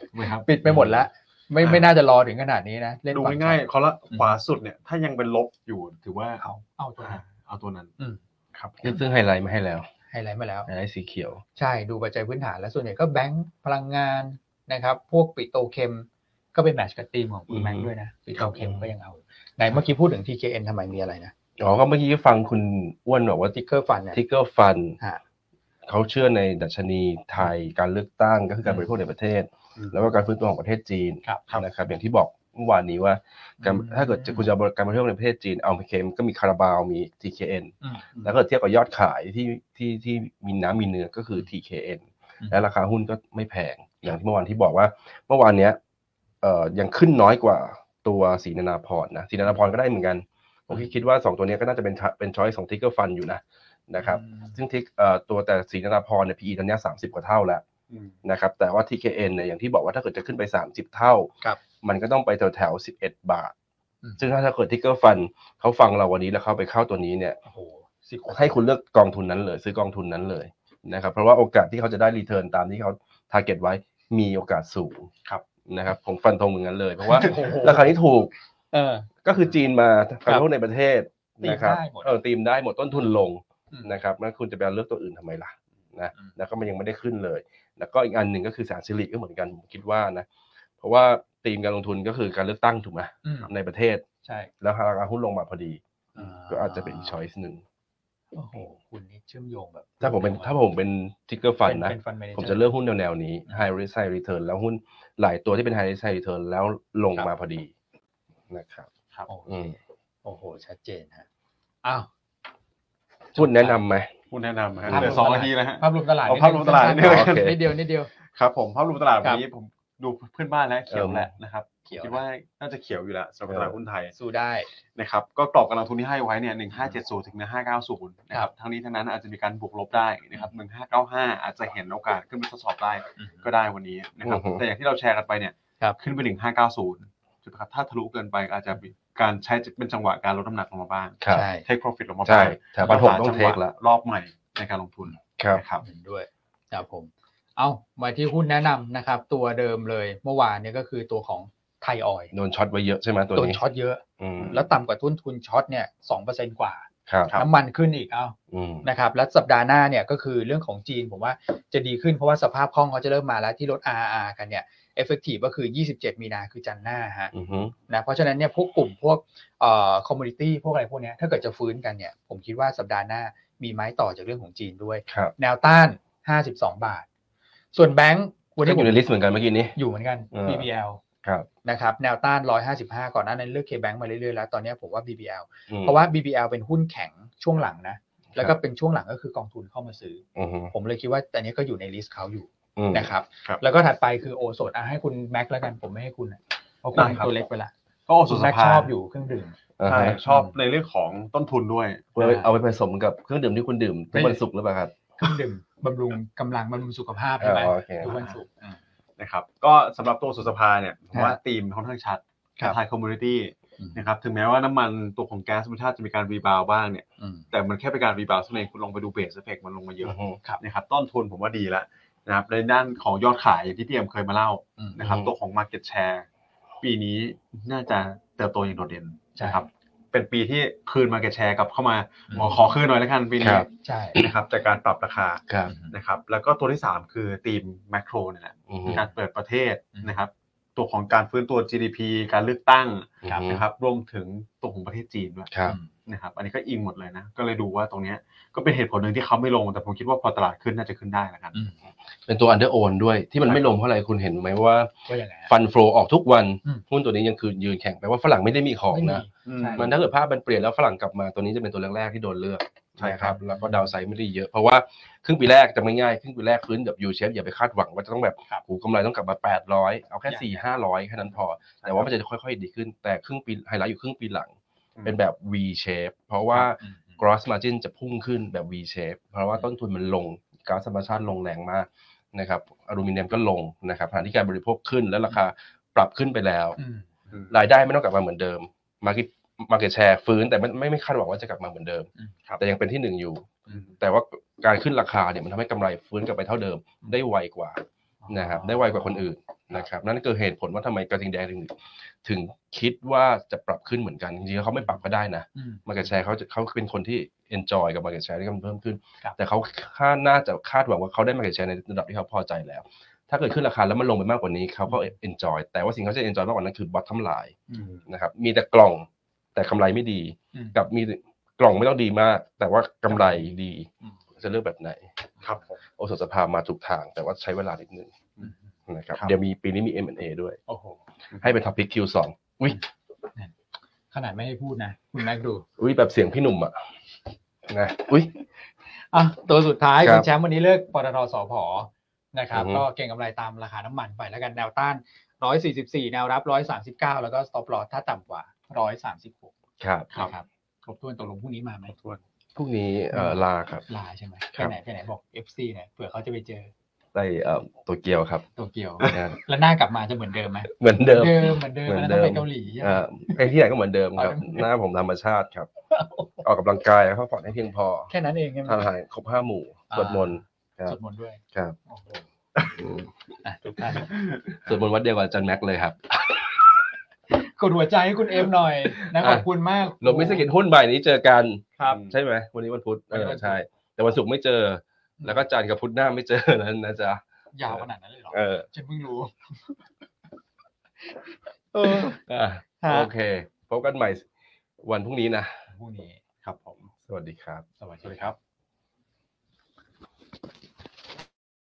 ถูกไหมครับ
ปิดไปหมดแล้วไม่
อ่า
ไม่น่าจะรอถึงขนาดนี้นะเล่น
ดู
ฝั่
ง่ายๆเขาละขวาสุดเนี่ย ถ้ายังเป็นลบอยู่ถือว่า
เอาเอาตัว
อ่า
นั้น
เอาตัวนั้น
อืม
ครับ
เรื่องซึ่งไฮไลท์มาให้แล้ว
ไฮไลท์มาแล้ว
ไฮไลท์สีเขียว
ใช่ดูปัจจัยพื้นฐานแล้วส่วนใหญ่ก็แบงก์พลังงานนะครับ พวกปิโตรเคมก็เป็นแมทช์กับทีมของคุ
อื
ณ
ม
แบงค์ด้วยนะปิโตรเคมก็ยังเอาไหนเมื่อกี้พูดถึง TKN ทำไมมีอะไรนะ
อ๋อก็เมื่อกี้ฟังคุณอ้วนบอกว่า
ทิกเกอร์ฟันเนี่ย
ทิกเกอร์ฟัน
ฮะ
เขาเชื่อในดัชนีไทยการเลือกตั้งก็คือการบริโภคในประเทศ แล้วก็การฟื้นตัวของประเทศจีน
ครับ
นะครับอย่างที่บอกเมื่อวานนี้ว่าการ
อืม
ถ้าเกิดจะคุณจะเอาการบริโภคในประเทศจีนเอาไปเคมก็มีคาราบาวมี TKN
อืม
แล้วก็เทียบกับยอดขายที่ที่ที่มีน้ำมีเนื้อก็คือ TKN
อืม
และราคาหุ้นก็ไม่แพง อย่างที่เมื่อวานที่บอกว่า เมื่อวานเนี้ยเอ่อยังขึ้นน้อยกว่าตัวสีนานาพรนะสีนานาพรก็ได้เหมือนกัน ผมคิดว่า 2 ตัวเนี้ยก็น่าจะเป็น tra- เป็นช้อยของทิกเกอร์ฟันอยู่นะนะครับซึ่งทิกเอ่อตัวแต่สีนานาพรเนี่ย PE ตอนเนี้ย30 กว่าเท่าแล้ว
อืม
นะครับแต่ว่า TKN เนี่ยอย่างที่บอกว่าถ้าเกิดจะขึ้นไป 30 เท่า
ครับ
มันก็ต้องไปแถวแถวๆ11 บาท
อืม
ซึ่งถ้าถ้าเกิดทิกเกอร์ฟันเขาฟังเราวันนี้แล้วเข้าไปเข้าตัวนี้เนี่ย
โอ้โหสิบกว่า
ให้คุณเลือกกองทุนนั้นเลย ซื้อกองทุนนั้นเลยนะครับเพราะว่าโอกาสที่เขาจะได้รีเทิร์นตามที่เขาทาร์เก็ตไว้มีโอกาสสูง
ครับ
นะครับผมฟันธงเหมือนกันเลย เพราะว่า
โอ้โห
ราคานี้ถูก
เออ
ก็คือจีนมาการลงในประเทศนะครับ
ตีมได้หมด
เออตีมได้หมดต้นทุนลง
อืม
นะครับแล้วคุณจะไปเลือกตัวอื่นทำไมล่ะนะ
อืม
แล้วก็มันยังไม่ได้ขึ้นเลย แล้วก็อีกอันหนึ่งก็คือสารสิริก็เหมือนกันผมคิดว่านะเพราะว่าธีมการลงทุนก็คือการเลือกตั้งถูกไหม
อืม
ในประเทศ
ใช่
แล้วราคาหุ้นลงมาพอดี ก็อาจจะเป็นอีกช้อยส์หนึ่ง
โอ้โหคุณนี่เชื่อมโยงแบบ
ถ้าผมเป็นถ้าผมเป็นทิกเกอร์ฟันนะ
เป็ fund manager
ผมจะเลือกหุ้นแนวๆนี้ high risk high return แล้วหุ้นหลายตัวที่เป็น high risk high return แล้วลงมาพอดีนะครับ
ครับโอเค
อืม
โอ้โหชัดเจนฮะอ้าว
หุ้นแนะนำไหม
ผู้แนะนำนะฮะ
ครับ
เหลือสองนาทีแล้วฮะ
ภาพรวมตลาด
เอาภาพรวมตลาดนิดนึง
สั้
โอ
นๆ
เค
นิดเดียวนิดเดียว
ครับผมภาพรวมตลาด
ค
วั
รับ
นนี้ผมดูเพื่อนบ้านแล้วเขียวแล้วนะครับ
เขียว
คิดว่าน่าจะเขียวอยู่แล้วสำหรับตลาดหุ้นไทย
สู้ได้
นะครับก็กรอบการลงทุนที่ให้ไว้เนี่ยหนึ่งห้าเจ็ดศูนย์ถึงหนึ่งห้าเก้าศูนย์นะ
ค
ค
รั
รับบ ทั้งนี้ทั้งนั้นอาจจะมีการบวกลบได้นะครับหนึ่งห้าเก้าห้าอาจจะเห็นโอกาสขึ้นไปทดสอบได้ ก็ได้วันนี้นะครับ
อือฮึ
แต่อย่างที่เราแชร์กันไปเนี่ย
ครับ
ขึ้นไปหนึ่งห้าเก้าศูนย์จุดครับถ้าทะลุเกินไปก็อาจจะมีการใช้เป็นจังหวะการลดน้ำหนักลงมาบ้าง
ครับ
ใช่
เทคโปรฟิตลงมา
ใช่
บ้าง
แถวบ้านผมต้องเทคละ
รอบใหม่ในการลงทุน
ครับ
นะครับ
เห็นด้วยครับผม เอามาที่หุ้นแนะนำนะครับ ตัวเดิมเลยเมื่อวานเนี่ยก็คือตัวของไทยออย
โดนช็อตไว้เยอะใช่ไหมตัว
โดน
นี้
ช็อตเยอะ
อืม
แล้วต่ำกว่าทุนทุนช็อตเนี่ยสองเปอร์เซ็นกว่า
ครับ
ครับ
น้ำมันขึ้นอีกเอา
อืม
นะครับ แล้วสัปดาห์หน้าเนี่ยก็คือเรื่องของจีนผมว่าจะดีขึ้นเพราะว่าสภาพคล่องเขาจะเริ่มมาแล้วที่ลด RR กันเนี่ย effective ก็คือ 27 มีนาคือจันทร์หน้าฮะ
อือฮึ
นะเพราะฉะนั้นเนี่ยพวกกลุ่มพวกเอ่อคอมมูนิตี้พวกอะไรพวกเนี้ยถ้าเกิดจะฟื้นกันเนี่ยผมคิดว่าสัปดาห์หน้ามีไม้ต่อจากเรื่องของจีนด้วย
ครับ
แนวต้าน 52 บาท ส่วนแบงก์วัน
ก็
นี้
อยู่ในลิสต์เหมือนกันเมื่อกี้นี้
อยู่เหมือนกัน
เออ
BBL
ครับ
นะครับแนวต้าน 155 ก่อนหน้านั้นเลือก KBank มาเรื่อยๆแล้วตอนเนี้ยผมว่า BBL
อืม
เพราะว่า BBL เป็นหุ้นแข็งช่วงหลังนะ แล้วก็เป็นช่วงหลังก็คือกองทุนเข้ามาซื้อ
อือฮึ
ผมเลยคิดว่าอันนี้ก็อยู่ในลิสต์เขาอยู่
อืม
นะครับ
ครับ
แล้วก็ถัดไปคือโอสดอ่ะให้คุณแม็กซ์แล้วกันผมไม่ให้คุณอะเพราะคุณ
ได้ครับ
ตัวเล็กไปละ
ก็โอ
คุ
สุ
ณ
ส
แม็กซ์
ภา
ชอบอยู่เครื่องดื่ม
อ่า
ใช่
ฮะ
ชอบในเรื่องของต้นทุนด้วย
เพื่อเอาไปผสมกับเครื่องดื่มที่คุณดื่มทุกวันศุกร์หรือเปล่าครับ
เครื่องดื่มบำรุงกำลังบำรุงสุขภาพใช่ไหม
อ๋อโอเค
ทุกวันศุกร์
นะครับก็สำหรับตัวสุสภาเนี่ยผมว่า
ฮะ
ธีมค่อนข้างชัด
ครับ
ไทยคอมมูนิตี้
อืม
นะครับถึงแม้ว่าน้ำมันตัวของแก๊สธรรมชาติจะมีการรีบาวบ้างเนี่ย
อืม
แต่มันแค่เป็นการรีบาวเท่านั้นเองคุณลองไปดูเบสเอฟเฟกมันลงมาเย
อือ
อะ
ฮึ
นะครับต้นทุนผมว่าดีแล้วนะครับในด้านของยอดขายอย่างที่พี่เอ็มเคยมาเล่า
อืม
นะครับตัวของ Market Share ปีนี้น่าจะเติบโตอย่างโดดเด่น
ใช่
นะครับเป็นปีที่คืน Market Share กลับเข้ามาขอขอคืนหน่อยแล้วกันปีนี้
ครับ
ใช่
นะครับจากการปรับราคา
ครับ
นะครับแล้วก็ตัวที่สามคือธีมแมคโครเนี่ยแหละ
อือฮึ
การเปิดประเทศ
อืม
นะครับ ตัว ตัวของการฟื้นตัว GDP การเลือกตั้ง
ครับ
อืม
นะครับรวมถึงตัวของประเทศจีนด้วย
ครับ
นะครับ อันนี้ก็อิงหมดเลยนะ ก็เลยดูว่าตรงเนี้ยก็เป็นเหตุผลหนึ่งที่เขาไม่ลง แต่ผมคิดว่าพอตลาดขึ้นน่าจะขึ้นได้แล้วกัน
อืม
เป็นตัวอันเดอร์โอนด้วยที่มันไม่ลงเพราะอะไรคุณเห็นไหมว่า
ก็อย่างไรฮะ
ฟันฟลูออกทุกวัน
อืม
หุ้นตัวนี้ยังคือยืนแข็งแปลว่าฝรั่งไม่ได้มีของ
ไม่มี
นะ
อืม
ใช่
มันถ้าเกิดภาพมันเปลี่ยนแล้วฝรั่งกลับมาตัวนี้จะเป็นตัวแรกๆที่โดนเลือก
ใช่
นะ
ค
ค
รั
รับ บแล้วก็ดาวไซด์ไม่ได้เยอะ เพราะว่าครึ่งปีแรกจะไม่ง่ายครึ่งปีแรกฟื้นแบบยูเชฟอย่าไปคาดหวังว่าจะต้องแบบ
ครับ
โอ้โหูกำไรต้องกลับมา 800 เอาแค่ 4 500 แค่นั้นพอ แต่ว่ามันจะค่อยๆดีขึ้น แต่ครึ่งปีไฮไลท์อยู่ครึ่งปีหลัง เป็นแบบ V shape เพราะว่า
อืม
gross margin จะพุ่งขึ้นแบบ V shape เพราะว่าต้นทุนมันลงก๊าซธรรมชาติลงแรงมากนะครับอลูมิเนียมก็ลงนะครับขณะที่การบริโภคขึ้นและราคาปรับขึ้นไปแล้ว
อืม
อืม
รายได้ไม่ต้องกลับมาเหมือนเดิม Market Market Share ฟื้นแต่ไม่ไม่ไม่คาดหวังว่าจะกลับมาเหมือนเดิม
อืม
ครับ
แต่ยังเป็นที่หนึ่งอยู่
อืม
แต่ว่าการขึ้นราคาเนี่ยมันทำให้กำไรฟื้นกลับไปเท่าเดิมได้ไวกว่านะครับได้ไวกว่าคนอื่นนะครับนั่นคือเหตุผลว่าทำไมกระทิงแดงถึงถึงคิดว่าจะปรับขึ้นเหมือนกันจริงๆแล้วเขาไม่ปรับก็ได้นะ
อืม
Market Share เขาจะเขาเป็นคนที่ enjoy กับ Market Share ที่มันเพิ่มขึ้น
ครับ
แต่เขาคาดน่าจะคาดหวังว่าเขาได้ Market Share ในระดับที่เขาพอใจแล้ว ถ้าเกิดขึ้นราคาแล้วมันลงไปมากกว่านี้เขาก็ enjoy แต่ว่าสิ่งที่เขาจะ enjoy มากกว่านั้นคือ bottom line
อืม
นะครับมีแต่กล่องแต่กำไรไม่ดี
อืม
กับมีกล่องไม่ต้องดีมาก แต่ว่ากำไรดี
อืม
จะเลือกแบบไหน
ครับผม
โอสถสภามาถูกทาง แต่ว่าใช้เวลานิดนึง
อืม
นะครับ
ครับ
เดี๋ยวมีปีนี้มี M&A ด้วย
โอ้โห
ให้เป็นท็อปิก Q2 อุ้ย
ขนาดไม่ให้พูดนะ คุณแม็กดู
อุ้ยแบบเสียงพี่หนุ่มอ่ะนะอุ้ย
อ่ะตัวสุดท้าย
ครับ
คุณแชมป์วันนี้เลิกปตทสพนะครับ
อือฮึ
ก็เก่งกำไรตามราคาน้ำมันไปแล้วกันแนวต้าน 144 แนวรับ 139 แล้วก็ stop loss ถ้าต่ำกว่า 136
ครับ
ครับ
นะครับครบถ้วนตกลงพรุ่งนี้มาไหม
ทวน
พรุ่งนี้เอ่อลาครับ
ลาใช่ไหมไปไหนไปไหนบอก FC หน่อยเผื่อเขาจะไปเจอ
ไปเอ่อโตัวเกียวครับ
โตเกียว
นะ
แล้วหน้ากลับมาจะเหมือนเดิมไหม
เหมือนเดิม
เดิมเหมือนเดิม
เหมื
แล้
อ
วน ต้
เดิม
องไปเกาหลีใช่ไห
เอ่
ม
อไอ้ที่ไหนก็เหมือนเดิมครับ
เอาเหมือน
ห
เดิม
น้าผมธรรมชาติครับ ออกกำลังกายพักผ่อนให้เพียงพอ
แค่นั้นเองใช่ไหม
ทานอาหารครบห้าหมู่สวดมนต์ครั
ส
บ
วดมนต์ด้วย
ครับ
โอ้โห
อืม
อ่ะทุกท่าน
สวดมนต์วัดเดียวกับอาจันแม็กเลยครับ
กดหัวใจให้คุณเอมหน่อยนะขอบคุณมาก
ลงไม่สกิดหุ้นบ่ายนี้เจอกัน
ครับ
ใช่ไหมวันนี้วันพุธเอ
วันนี้
อ
วันพุธ
ใช่ แต่วันศุกร์ไม่เจอ แล้วก็จันทร์กับพุธหน้าไม่เจอนั้นนะจ๊ะ
ยาวขนาดนั้นเลยเหรอ
เออ
ฉันเพิ่งรู้
อ่ะ
ฮะ
โอเคพบกันใหม่วันพรุ่งนี้นะ
พรุ่งนี้
ครับผม
สวัสดีครับ
สวัส
สวัส
ดี
ดี
ค
ครับ รับ